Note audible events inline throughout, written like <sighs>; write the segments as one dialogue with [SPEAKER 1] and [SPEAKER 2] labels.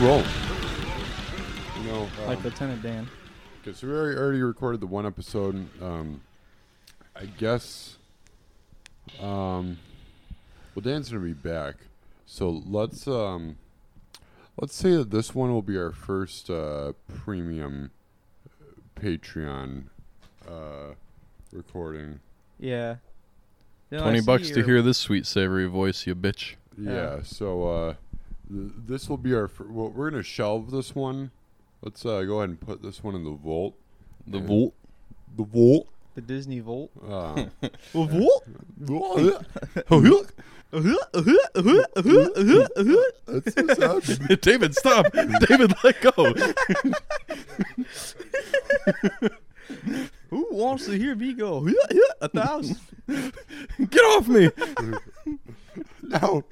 [SPEAKER 1] wrong. You know, um,
[SPEAKER 2] like Lieutenant Dan.
[SPEAKER 1] Okay, so we already, already recorded the one episode. Um, I guess. Um, well, Dan's gonna be back, so let's um, let's say that this one will be our first uh, premium uh, Patreon uh, recording.
[SPEAKER 2] Yeah. You know, I
[SPEAKER 3] Twenty
[SPEAKER 2] see
[SPEAKER 3] bucks to
[SPEAKER 2] your-
[SPEAKER 3] hear this sweet savory voice, you bitch.
[SPEAKER 1] Yeah.
[SPEAKER 2] Yeah.
[SPEAKER 1] So uh, th- this will be our. Fir- well, we're gonna shelve this one. Let's uh, go ahead and put this one in the vault.
[SPEAKER 3] The
[SPEAKER 1] Yeah.
[SPEAKER 3] volt.
[SPEAKER 1] The vault.
[SPEAKER 2] the Disney <laughs> Volt.
[SPEAKER 1] Um,
[SPEAKER 2] Uh-huh,
[SPEAKER 1] That's the
[SPEAKER 2] <laughs>
[SPEAKER 1] sound.
[SPEAKER 3] <laughs> David, stop. David, let go.
[SPEAKER 2] Who wants to hear me go? A thousand.
[SPEAKER 3] <laughs> Get off me.
[SPEAKER 1] No,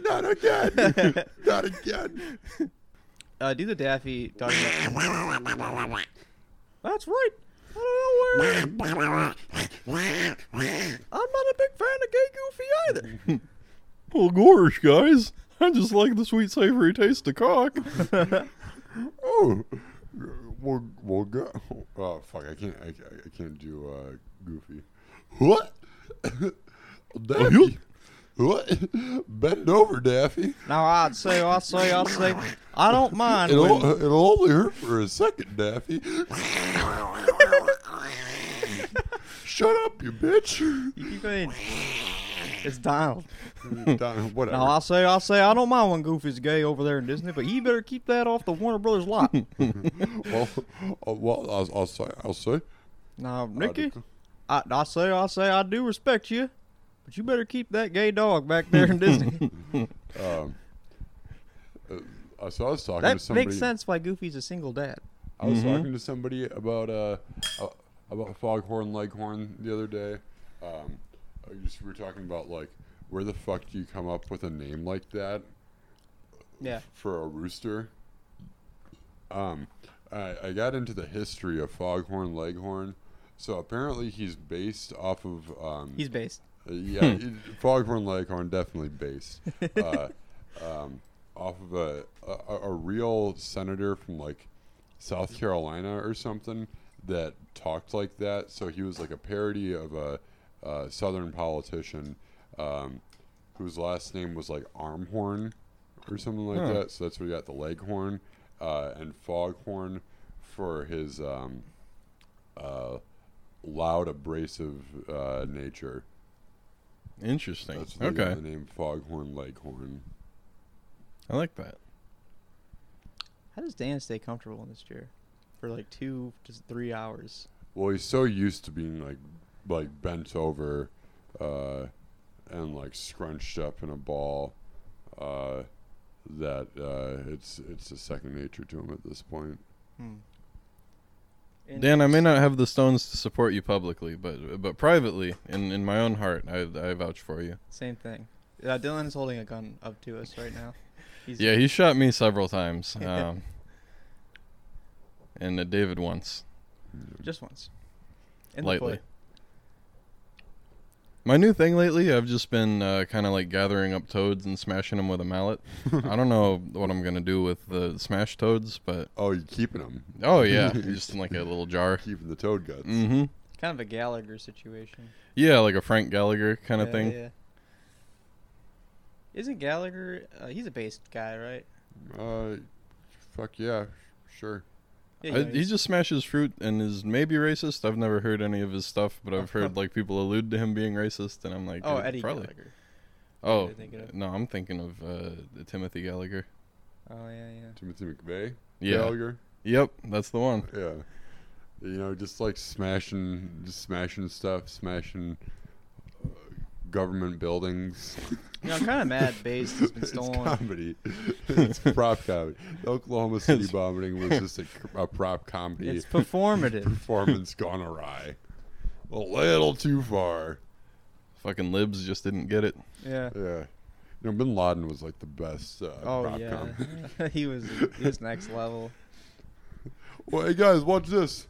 [SPEAKER 1] not again. not again.
[SPEAKER 2] <laughs> Uh, do the Daffy talking about. <laughs> That's right. I don't know where. I'm not a big fan of Gay Goofy either.
[SPEAKER 3] <laughs> Well, gosh, guys. I just like the sweet savory taste
[SPEAKER 2] <laughs>
[SPEAKER 3] of cock.
[SPEAKER 1] Oh, we'll, we'll go. Oh, fuck. I can't, I, I- I can't do uh, Goofy. What? Daffy. What? Bend over, Daffy.
[SPEAKER 2] Now I'd say, I say, I say, I don't mind.
[SPEAKER 1] It'll,
[SPEAKER 2] when-
[SPEAKER 1] it'll only hurt for a second, Daffy. Shut up, you bitch.
[SPEAKER 2] you keep going. It's Donald.
[SPEAKER 1] Don- Whatever.
[SPEAKER 2] Now I say, I say, I don't mind when Goofy's gay over there in Disney, but you better keep that off the Warner Brothers
[SPEAKER 3] <laughs>
[SPEAKER 2] lot.
[SPEAKER 1] well, uh, well I'll, I'll say, I'll say.
[SPEAKER 2] Now, Nikki, I, I say, I say, I do respect you, but you better keep that gay dog back there in
[SPEAKER 3] <laughs>
[SPEAKER 2] Disney.
[SPEAKER 1] um, Uh, so I was talking to
[SPEAKER 2] that
[SPEAKER 1] somebody.
[SPEAKER 2] makes sense Mm-hmm. why Goofy's a single dad.
[SPEAKER 1] I was talking to somebody about uh, uh about foghorn leghorn the other day. Um, I just we were talking about like where the fuck do you come up with a name like that
[SPEAKER 2] Yeah.
[SPEAKER 1] for a rooster? Um, I, I got into the history of foghorn leghorn. So apparently he's based off of um,
[SPEAKER 2] He's based.
[SPEAKER 1] uh, Yeah, it, Foghorn Leghorn definitely based uh, um, off of a, a a real senator from like South Carolina or something that talked like that. So he was like a parody of a uh, Southern politician um, whose last name was like Armhorn or something like that. So that's where he got the Leghorn uh, and Foghorn for his um, uh, loud, abrasive uh, nature.
[SPEAKER 3] Interesting.
[SPEAKER 1] That's where they got
[SPEAKER 3] okay.
[SPEAKER 1] the name Foghorn Leghorn.
[SPEAKER 3] I like that.
[SPEAKER 2] How does Dan stay comfortable in this chair for like two to three hours?
[SPEAKER 1] Well, he's so used to being like like bent over uh, and like scrunched up in a ball uh, that uh, it's it's a second nature to him at this point.
[SPEAKER 2] And
[SPEAKER 3] Dan, I may not have the stones to support you publicly, but but privately, in, in my own heart, I, I vouch for you.
[SPEAKER 2] Same thing. Uh, Dylan is holding a gun up to us right
[SPEAKER 3] <laughs>
[SPEAKER 2] now. He's,
[SPEAKER 3] Yeah, he shot me
[SPEAKER 2] <laughs>
[SPEAKER 3] several times, um, and uh, David once.
[SPEAKER 2] Just once. In
[SPEAKER 3] Lightly.
[SPEAKER 2] The foot.
[SPEAKER 3] My new thing lately, I've just been uh, kind of like gathering up toads and smashing them with a mallet. <laughs> <laughs> I don't know what I'm gonna do with the smashed toads, but
[SPEAKER 1] <laughs> Oh, you're keeping him,
[SPEAKER 2] <laughs>
[SPEAKER 1] <laughs>
[SPEAKER 3] oh yeah, just in like a little jar.
[SPEAKER 1] keeping the toad guts.
[SPEAKER 3] Mm-hmm.
[SPEAKER 2] Kind of a Gallagher situation.
[SPEAKER 3] Yeah, like a Frank Gallagher kind of
[SPEAKER 2] Yeah,
[SPEAKER 3] thing.
[SPEAKER 2] yeah. Isn't Gallagher? Uh, he's a based guy, right?
[SPEAKER 1] Uh, fuck yeah, sure.
[SPEAKER 2] Yeah,
[SPEAKER 3] I,
[SPEAKER 2] you know,
[SPEAKER 3] he just smashes fruit and is maybe racist. I've never heard any of his stuff, but I've heard like people allude to him being racist, and I'm like,
[SPEAKER 2] oh
[SPEAKER 3] uh,
[SPEAKER 2] Eddie
[SPEAKER 3] probably.
[SPEAKER 2] Gallagher.
[SPEAKER 3] Oh,
[SPEAKER 2] you're thinking of.
[SPEAKER 3] no, I'm thinking of uh, Timothy Gallagher.
[SPEAKER 2] Oh yeah, yeah.
[SPEAKER 1] Timothy McVeigh,
[SPEAKER 3] Yeah.
[SPEAKER 1] Gallagher,
[SPEAKER 3] Yep, that's the one.
[SPEAKER 1] yeah. You know, just like smashing, just smashing stuff, smashing uh, government buildings.
[SPEAKER 2] You know, I'm kind of mad. Based has
[SPEAKER 1] <laughs>
[SPEAKER 2] been
[SPEAKER 1] It's
[SPEAKER 2] stolen. <laughs>
[SPEAKER 1] comedy. it's prop comedy. The Oklahoma City bombing was just a, a prop comedy
[SPEAKER 2] It's
[SPEAKER 3] <laughs>
[SPEAKER 1] <laughs>
[SPEAKER 2] performative.
[SPEAKER 1] performance gone awry. A little too far.
[SPEAKER 3] Fucking libs just didn't get it. <laughs>
[SPEAKER 2] Yeah.
[SPEAKER 1] Yeah. You know, Bin Laden was like the best uh,
[SPEAKER 2] Oh
[SPEAKER 1] prop
[SPEAKER 2] yeah.
[SPEAKER 1] comedy.
[SPEAKER 2] <laughs>
[SPEAKER 3] <laughs>
[SPEAKER 2] he was he
[SPEAKER 1] <laughs>
[SPEAKER 2] was next level. <laughs>
[SPEAKER 1] Well, hey guys, watch this.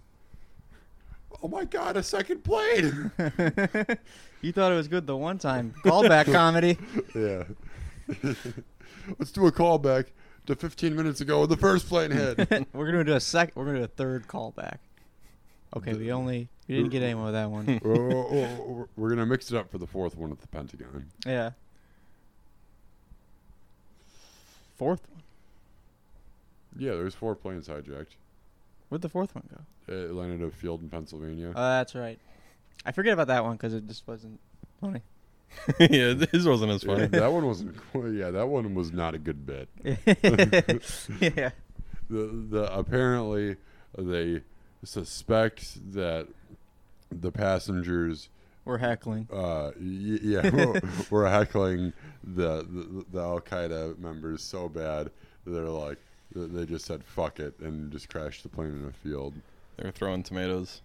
[SPEAKER 1] Oh my God, a second
[SPEAKER 2] <laughs>
[SPEAKER 1] plane.
[SPEAKER 2] you thought it was good
[SPEAKER 1] <laughs>
[SPEAKER 2] the
[SPEAKER 3] <laughs>
[SPEAKER 2] one time. Callback comedy.
[SPEAKER 1] yeah. Let's do a callback. to 15 minutes ago when the first plane
[SPEAKER 2] <laughs>
[SPEAKER 1] hit.
[SPEAKER 2] <laughs> we're gonna do a sec. We're gonna do a third callback. Okay, we only we didn't get anyone with that one.
[SPEAKER 3] <laughs>
[SPEAKER 1] Oh, oh, oh, we're gonna mix it up for the fourth one at the Pentagon.
[SPEAKER 2] Yeah. Fourth one.
[SPEAKER 1] Yeah, there's four planes hijacked.
[SPEAKER 2] Where'd the fourth one go?
[SPEAKER 1] It landed at a field in Pennsylvania.
[SPEAKER 2] Oh, that's right. I forget about that one because it just wasn't funny.
[SPEAKER 3] <laughs>
[SPEAKER 2] <laughs>
[SPEAKER 3] yeah, this wasn't as
[SPEAKER 1] Yeah,
[SPEAKER 3] funny.
[SPEAKER 1] <laughs> that one wasn't. Yeah, that one was not a good bit.
[SPEAKER 2] yeah.
[SPEAKER 1] the, the apparently they suspect that the passengers
[SPEAKER 2] We're heckling.
[SPEAKER 1] uh y- yeah <laughs> were, were heckling the the, the al qaeda members so bad that they're like th- they just said fuck it and just crashed the plane in a field
[SPEAKER 3] They were throwing tomatoes.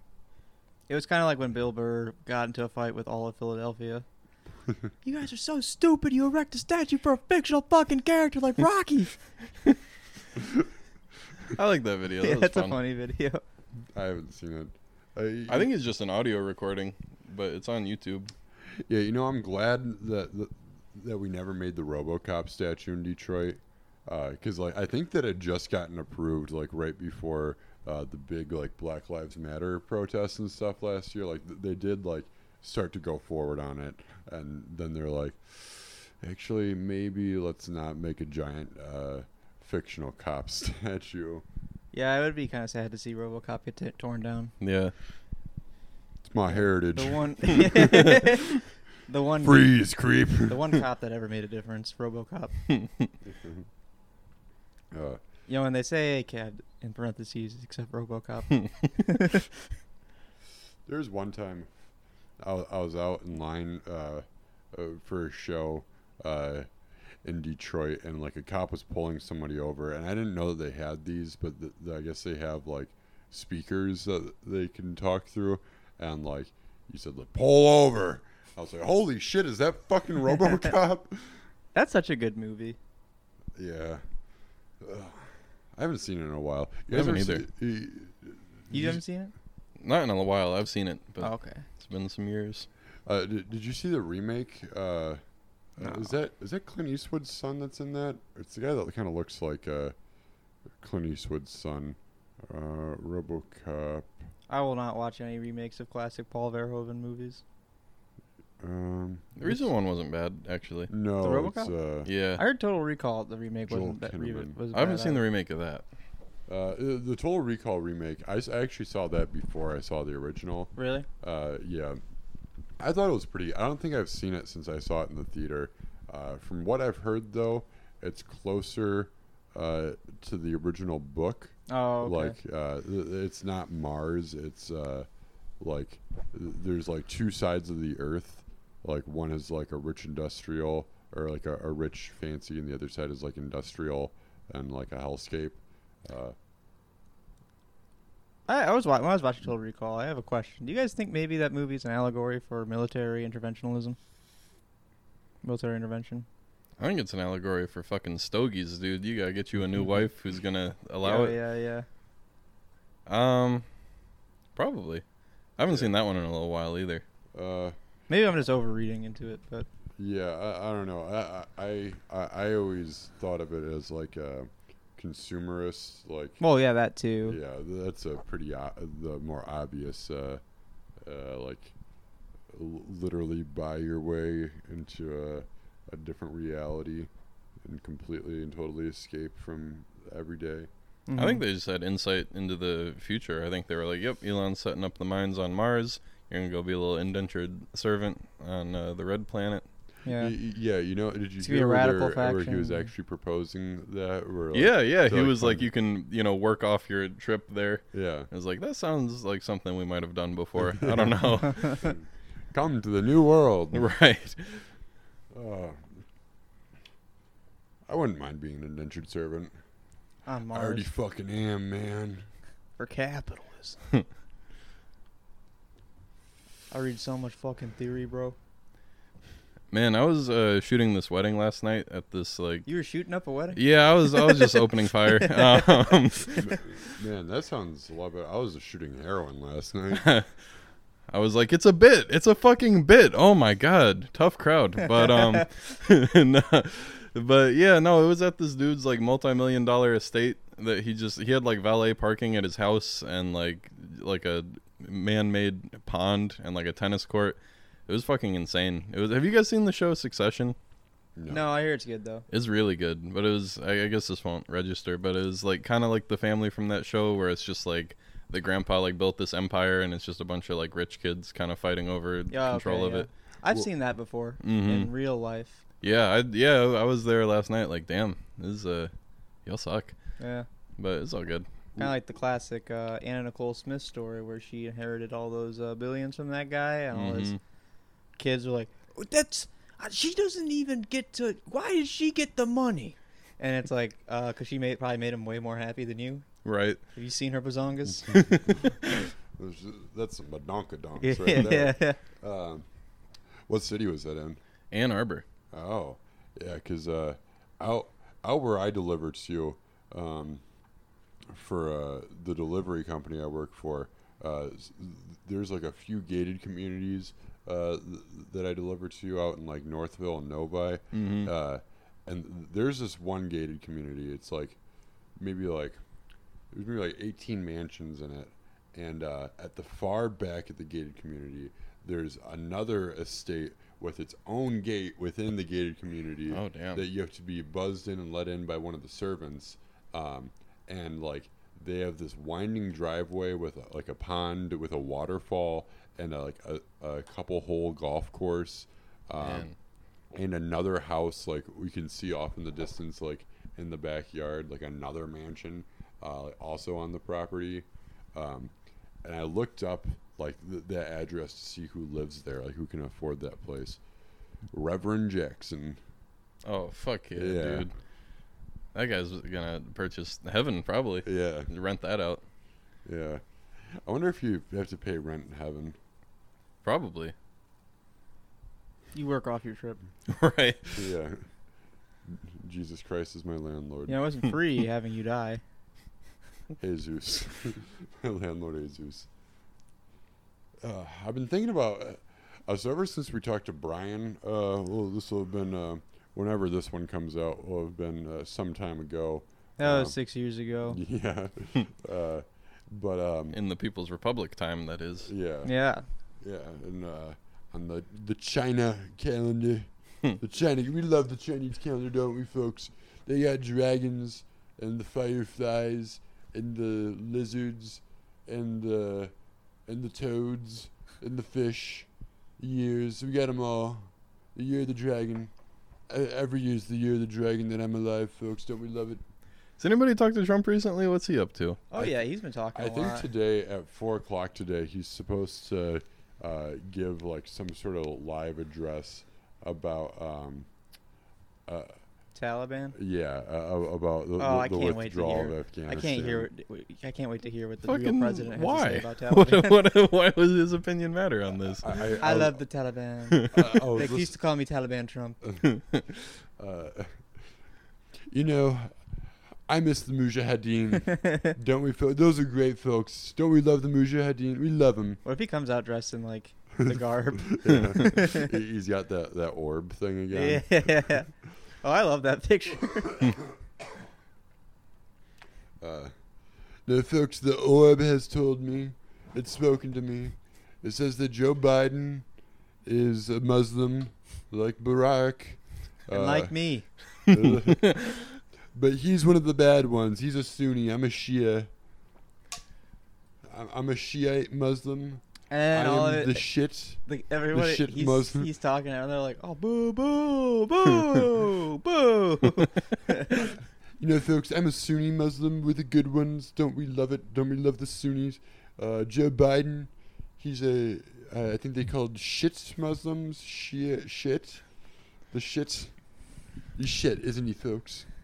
[SPEAKER 2] It was kind of like when Bill Burr got into a fight with all of Philadelphia. you guys are so stupid. You erect a statue for a fictional fucking character like Rocky.
[SPEAKER 3] I like that video.
[SPEAKER 2] <laughs>
[SPEAKER 3] That
[SPEAKER 2] yeah,
[SPEAKER 3] was
[SPEAKER 2] that's
[SPEAKER 3] fun.
[SPEAKER 2] a funny video.
[SPEAKER 1] i haven't seen it I,
[SPEAKER 3] I think it's just an audio recording, but it's on YouTube.
[SPEAKER 1] yeah you know i'm glad that that, that we never made the robocop statue in detroit because like i think that had just gotten approved like right before uh, the big like black lives matter protests and stuff last year like th- they did like start to go forward on it and then they're like actually maybe let's not make a giant uh, fictional cop <laughs> statue
[SPEAKER 2] Yeah, it would be kind of sad to see RoboCop get t- torn down.
[SPEAKER 3] Yeah.
[SPEAKER 1] it's my heritage
[SPEAKER 2] The
[SPEAKER 3] <laughs>
[SPEAKER 2] one, <laughs> the one,
[SPEAKER 1] freeze creep <laughs>
[SPEAKER 2] the one cop that ever made a difference, RoboCop.
[SPEAKER 1] uh,
[SPEAKER 2] You know, when they say ACAB in parentheses, except
[SPEAKER 3] <laughs>
[SPEAKER 2] RoboCop.
[SPEAKER 1] There's one time I, wa- I was out in line uh, uh, for a show uh, in Detroit, and like a cop was pulling somebody over, and I didn't know that they had these, but th- th- I guess they have like speakers that they can talk through, and like you said, like pull over. I was like, holy shit, is that fucking RoboCop?
[SPEAKER 2] that's such a good movie.
[SPEAKER 1] yeah. Ugh. I haven't seen it in a while.
[SPEAKER 3] I
[SPEAKER 1] guys
[SPEAKER 3] haven't
[SPEAKER 1] ever see-
[SPEAKER 2] You haven't seen it?
[SPEAKER 3] <laughs> Not in a while. I've seen it, but
[SPEAKER 2] Oh, okay.
[SPEAKER 3] it's been some years.
[SPEAKER 1] Uh, did, did you see the remake? Uh,
[SPEAKER 2] No.
[SPEAKER 1] Is that is that Clint Eastwood's son that's in that? It's the guy that kind of looks like uh, Clint Eastwood's son. Uh, RoboCop.
[SPEAKER 2] I will not watch any remakes of classic Paul Verhoeven movies.
[SPEAKER 1] Um,
[SPEAKER 3] The recent one wasn't bad, actually.
[SPEAKER 1] no,
[SPEAKER 2] The
[SPEAKER 1] it's uh,
[SPEAKER 2] <laughs> I
[SPEAKER 3] Yeah.
[SPEAKER 2] heard Total Recall. The remake
[SPEAKER 1] Joel
[SPEAKER 2] wasn't that. re-
[SPEAKER 1] Kinnaman.
[SPEAKER 2] was
[SPEAKER 3] I haven't
[SPEAKER 2] bad
[SPEAKER 3] seen the
[SPEAKER 2] either.
[SPEAKER 3] remake of that.
[SPEAKER 1] uh, the the Total Recall remake. I, s- I actually saw that before I saw the original.
[SPEAKER 2] Really?
[SPEAKER 1] Uh, yeah, I thought it was pretty. I don't think I've seen it since I saw it in the theater. Uh, from what I've heard, though, it's closer uh, to the original book.
[SPEAKER 2] Oh, okay.
[SPEAKER 1] like uh, th- it's not Mars. It's uh, like th- there's like two sides of the Earth. Like one is like a rich industrial or like a, a rich fancy, and the other side is like industrial and like a hellscape. Uh,
[SPEAKER 2] I, I was wa- when I was watching Total Recall. I have a question. Do you guys think maybe that movie is an allegory for military interventionalism? Military intervention.
[SPEAKER 3] I think it's an allegory for fucking stogies, dude. You gotta get you a new wife who's gonna allow
[SPEAKER 2] Mm-hmm. yeah,
[SPEAKER 3] it.
[SPEAKER 2] Yeah, yeah.
[SPEAKER 3] Um, probably. I haven't seen that one in a little while either.
[SPEAKER 1] uh,
[SPEAKER 2] Maybe I'm just overreading into it, but
[SPEAKER 1] yeah, I, I don't know. I, I I I always thought of it as like a consumerist. Like
[SPEAKER 2] well, yeah, that too.
[SPEAKER 1] yeah, that's a pretty o- the more obvious uh, uh, like l- literally buy your way into a, a different reality and completely and totally escape from every day.
[SPEAKER 3] I
[SPEAKER 2] Mm-hmm.
[SPEAKER 3] think they just had insight into the future. I think they were like, "Yep, Elon's setting up the mines on Mars. You're gonna go be a little indentured servant on uh, the red planet."
[SPEAKER 2] Mm-hmm. Yeah.
[SPEAKER 1] Y-
[SPEAKER 2] <laughs>
[SPEAKER 1] y- yeah, you know, did you
[SPEAKER 2] It's gonna be
[SPEAKER 1] hear
[SPEAKER 2] a
[SPEAKER 1] where they
[SPEAKER 2] radical
[SPEAKER 1] were- where he was
[SPEAKER 2] faction.
[SPEAKER 1] actually proposing that? Where, like-
[SPEAKER 3] yeah, yeah.
[SPEAKER 1] so,
[SPEAKER 3] He
[SPEAKER 1] like,
[SPEAKER 3] was like,
[SPEAKER 1] fun-
[SPEAKER 3] "You can, you know, work off your trip there."
[SPEAKER 1] yeah.
[SPEAKER 3] I was like, "That sounds like something we might have done before." I
[SPEAKER 1] <laughs>
[SPEAKER 3] don't know. <laughs>
[SPEAKER 1] Come to the new world.
[SPEAKER 3] right?
[SPEAKER 1] Oh. I wouldn't mind being an indentured servant.
[SPEAKER 2] On
[SPEAKER 1] I already
[SPEAKER 2] Mars
[SPEAKER 1] fucking am, man.
[SPEAKER 2] for capitalism.
[SPEAKER 3] <laughs>
[SPEAKER 2] I read so much fucking theory, bro.
[SPEAKER 3] Man, I was uh, shooting this wedding last night at this like.
[SPEAKER 2] You were shooting up a wedding.
[SPEAKER 3] Yeah, I was. I was just
[SPEAKER 1] <laughs>
[SPEAKER 3] opening fire. Um,
[SPEAKER 1] Man, that sounds a lot better. I was shooting heroin last
[SPEAKER 2] <laughs>
[SPEAKER 1] night.
[SPEAKER 3] I was like, it's a bit. <laughs> It's a fucking bit. Oh my god, tough crowd. But um, and, uh, But yeah, no, it was at this dude's like multi-million dollar estate that he just he had like valet parking at his house and like like a man-made pond and like a tennis court. It was fucking insane. It was. Have you guys seen the show Succession?
[SPEAKER 2] No, I hear it's good though.
[SPEAKER 3] It's really good, but it was. I, I guess this won't register, but it was like kind of like the family from that show where it's just like the grandpa like built this empire and it's just a bunch of like rich kids kind of fighting over
[SPEAKER 2] Yeah,
[SPEAKER 3] control
[SPEAKER 2] okay,
[SPEAKER 3] of
[SPEAKER 2] yeah.
[SPEAKER 3] it.
[SPEAKER 2] I've
[SPEAKER 1] Well- Mm-hmm.
[SPEAKER 2] seen that before
[SPEAKER 3] Mhm.
[SPEAKER 2] in real life.
[SPEAKER 3] Yeah, I yeah I was there last night. Like, damn, this is uh, y'all suck,
[SPEAKER 2] Yeah,
[SPEAKER 3] but it's all good.
[SPEAKER 2] kind of like the classic uh, Anna Nicole Smith story where she inherited all those uh, billions from that guy, and all his
[SPEAKER 1] Mm-hmm.
[SPEAKER 3] Mhm.
[SPEAKER 2] kids were like, "Oh, "That's uh, she doesn't even get to. Why did she get the money?" And it's like, because she made probably made him way more happy than you.
[SPEAKER 3] Right.
[SPEAKER 2] Have you seen her
[SPEAKER 1] <laughs>
[SPEAKER 2] bazongas?
[SPEAKER 1] There's, that's some
[SPEAKER 2] yeah,
[SPEAKER 1] badonkadonks right
[SPEAKER 2] <laughs> yeah,
[SPEAKER 1] there. Um, what city was that in?
[SPEAKER 3] Ann Arbor.
[SPEAKER 1] Oh, yeah, because uh, out out where I delivered to, um, for uh, the delivery company I work for, uh, s- there's like a few gated communities uh, th- that I deliver to out in like Northville and Novi,
[SPEAKER 2] Mm-hmm.
[SPEAKER 3] Mhm.
[SPEAKER 1] uh, and there's this one gated community. It's like maybe like there's maybe like 18 mansions in it, and uh, at the far back of the gated community, there's another estate with its own gate within the gated community
[SPEAKER 3] Oh, damn.
[SPEAKER 1] that you have to be buzzed in and let in by one of the servants, um, and like they have this winding driveway with a, like a pond with a waterfall and a, like a, a couple hole golf course. Um,
[SPEAKER 3] Man.
[SPEAKER 1] and another house like we can see off in the distance like in the backyard like another mansion uh, also on the property um, and i looked up like th- that address to see who lives there like who can afford that place reverend jackson
[SPEAKER 3] Oh fuck yeah,
[SPEAKER 1] Yeah.
[SPEAKER 3] dude. That guy's gonna purchase heaven probably.
[SPEAKER 1] yeah
[SPEAKER 3] Rent that out.
[SPEAKER 1] yeah i wonder if you have to pay rent in heaven
[SPEAKER 3] Probably. <laughs>
[SPEAKER 2] You work off your trip.
[SPEAKER 3] right.
[SPEAKER 1] yeah <laughs> jesus christ is my landlord
[SPEAKER 2] You know, it wasn't
[SPEAKER 1] <laughs>
[SPEAKER 2] free having you die.
[SPEAKER 1] Jesus, <laughs> my landlord Jesus. Uh, I've been thinking about uh, so ever since we talked to Brian. Uh, well, this will have been uh, whenever this one comes out. Will have been uh, some time ago.
[SPEAKER 2] That was
[SPEAKER 1] Um,
[SPEAKER 2] six years ago.
[SPEAKER 1] <laughs> Yeah, uh, but um,
[SPEAKER 3] In the People's Republic time that is.
[SPEAKER 1] yeah,
[SPEAKER 2] Yeah.
[SPEAKER 1] yeah, and uh, on the the China calendar, the China we love the Chinese calendar, don't we, folks? They got dragons and the fireflies and the lizards and the and the toads and the fish. The years we got them all. The year of the dragon. E- Every year's the year of the dragon that I'm alive, folks. Don't we love it?
[SPEAKER 3] Has anybody talked to Trump recently? What's he up to?
[SPEAKER 2] Oh
[SPEAKER 1] I
[SPEAKER 2] yeah, he's been talking.
[SPEAKER 1] I
[SPEAKER 2] a
[SPEAKER 1] think
[SPEAKER 2] lot.
[SPEAKER 1] today at four o'clock today, he's supposed to uh, give like some sort of live address about um, uh,
[SPEAKER 2] Taliban.
[SPEAKER 1] yeah uh, uh, about the,
[SPEAKER 2] Oh, I
[SPEAKER 1] the
[SPEAKER 2] can't wait to
[SPEAKER 1] withdrawal
[SPEAKER 2] hear-
[SPEAKER 1] of
[SPEAKER 2] I
[SPEAKER 1] Afghanistan.
[SPEAKER 2] can't hear. What, I can't wait to hear what the real
[SPEAKER 3] Fucking
[SPEAKER 2] president has to say
[SPEAKER 3] why?
[SPEAKER 1] <laughs>
[SPEAKER 3] <laughs>
[SPEAKER 2] about
[SPEAKER 3] What,
[SPEAKER 2] Taliban.
[SPEAKER 3] what, why does his opinion matter on this? <laughs>
[SPEAKER 1] I,
[SPEAKER 2] I love the Taliban.
[SPEAKER 1] <laughs> I- I was
[SPEAKER 2] they used
[SPEAKER 1] listen-
[SPEAKER 2] to call me Taliban
[SPEAKER 1] <laughs>
[SPEAKER 2] Trump.
[SPEAKER 1] uh, you know, I miss the
[SPEAKER 2] <laughs>
[SPEAKER 1] Mujahideen. Don't we? Fo- those are great folks. Don't we love the Mujahideen? We love them.
[SPEAKER 2] What if he comes out dressed in like
[SPEAKER 1] <laughs>
[SPEAKER 2] the garb? <laughs>
[SPEAKER 1] He's got that, that orb thing again.
[SPEAKER 2] yeah. Oh, I love that
[SPEAKER 1] <laughs>
[SPEAKER 2] picture.
[SPEAKER 1] Uh, now, folks, the orb has told me, it's spoken to me. It says that Joe Biden is a Muslim, like Barack.
[SPEAKER 2] and
[SPEAKER 1] Uh,
[SPEAKER 2] like me.
[SPEAKER 1] me. but he's one of the bad ones. He's a Sunni. I'm a Shia. I'm- I'm a Shiite Muslim.
[SPEAKER 2] And
[SPEAKER 1] I am
[SPEAKER 2] all of it.
[SPEAKER 1] the shit.
[SPEAKER 2] like, everybody,
[SPEAKER 1] shit
[SPEAKER 2] he's,
[SPEAKER 1] Muslim.
[SPEAKER 2] he's talking, and they're like,
[SPEAKER 1] <laughs>
[SPEAKER 2] "Oh, boo, boo, boo, boo."
[SPEAKER 1] You know, folks, I'm a Sunni Muslim. We're the good ones. Don't we love it? Don't we love the Sunnis? Uh, Joe Biden, he's a, uh, I think they called shit Muslims. Shia, shit. The shit. He's shit, isn't he, folks?
[SPEAKER 3] <laughs>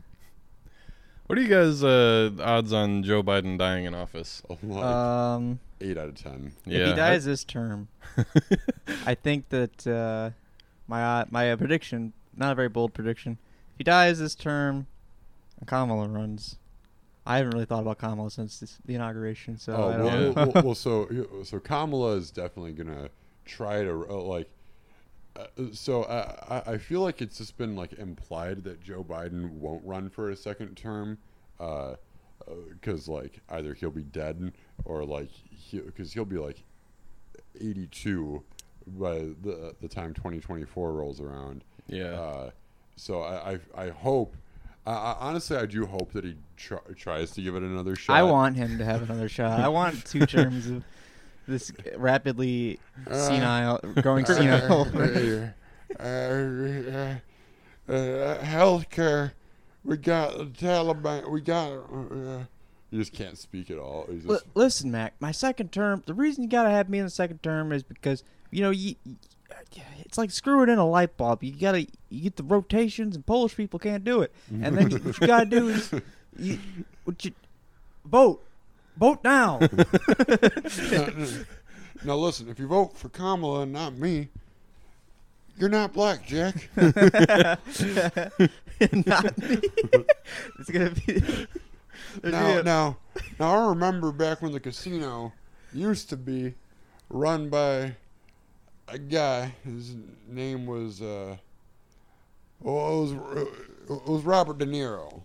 [SPEAKER 3] What are you guys uh, odds on Joe Biden dying in office?
[SPEAKER 1] Oh, like
[SPEAKER 2] um,
[SPEAKER 1] 8 out of 10.
[SPEAKER 2] if he dies this term, I think that uh, my uh, my uh, prediction, not a very bold prediction, if he dies this term, and Kamala runs. I haven't really thought about Kamala since this, the inauguration,
[SPEAKER 1] oh,
[SPEAKER 2] so I
[SPEAKER 1] well,
[SPEAKER 2] don't
[SPEAKER 1] well,
[SPEAKER 2] know.
[SPEAKER 1] well, well, so, so Kamala is definitely going to try to, uh, like, uh, so uh, I, I feel like it's just been like implied that Joe Biden won't run for a second term, because uh, 'cause like either he'll be dead or like because he, will be like eighty two by the the time twenty twenty four rolls around.
[SPEAKER 3] <laughs> Yeah.
[SPEAKER 1] Uh, so I I, I hope. I, I, honestly, I do hope that he tr- tries to give it another shot.
[SPEAKER 2] <laughs> I want him to have another shot. I want two terms of this rapidly
[SPEAKER 1] Uh,
[SPEAKER 2] senile, growing
[SPEAKER 1] Uh,
[SPEAKER 2] senile.
[SPEAKER 1] uh, uh, uh, uh, healthcare. We got the Taliban. We got. Uh, you just can't speak at all. It's
[SPEAKER 2] L-
[SPEAKER 1] just,
[SPEAKER 2] listen, Mac, my second term, the reason you got to have me in the second term is because, you know, you, you- it's like screwing in a light bulb. You got to you get the rotations, and Polish people can't do it. And then you, what you got to do is you, what you, vote. Vote now. <laughs>
[SPEAKER 1] now,
[SPEAKER 3] <laughs>
[SPEAKER 1] <laughs> now listen, if you vote for Kamala and not me, you're not black, Jack.
[SPEAKER 2] Not me. <laughs> it's going to be. there's
[SPEAKER 1] now,
[SPEAKER 2] gonna-
[SPEAKER 1] now, now, I remember back when the casino used to be run by a guy. His name was, uh, well, it was, it was Robert De Niro.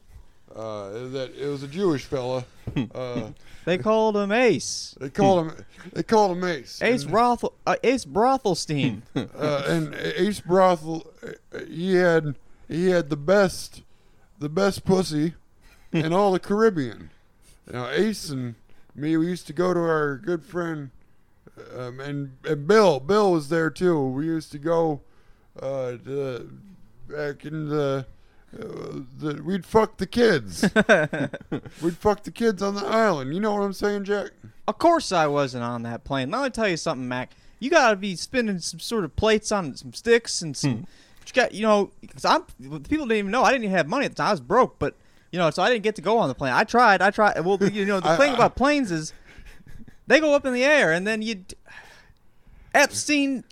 [SPEAKER 1] Uh, that it was a Jewish fella. Uh,
[SPEAKER 2] They called him Ace.
[SPEAKER 1] they called him. They called him Ace. <laughs>
[SPEAKER 2] Ace
[SPEAKER 1] And-
[SPEAKER 2] Brothel, uh, Ace Brothelstein.
[SPEAKER 1] uh, and Ace Brothel, uh, he had he had the best, the best pussy, in all the Caribbean. Now Ace and me, we used to go to our good friend, um, and and Bill, Bill was there too. We used to go, uh, to, back in the. Uh, the, we'd fuck the kids. we'd fuck the kids on the island. You know what I'm saying, Jack?
[SPEAKER 2] of course, I wasn't on that plane. Let me tell you something, Mac. You gotta be spinning some sort of plates on some sticks and
[SPEAKER 1] Hmm.
[SPEAKER 2] some. You got, you know, because I'm people didn't even know I didn't even have money at the time. I was broke, but you know, so I didn't get to go on the plane. I tried. I tried. Well, you know,
[SPEAKER 1] <laughs>
[SPEAKER 2] the
[SPEAKER 1] I-
[SPEAKER 2] thing
[SPEAKER 1] I-
[SPEAKER 2] about planes is they go up in the air, and then you. Epstein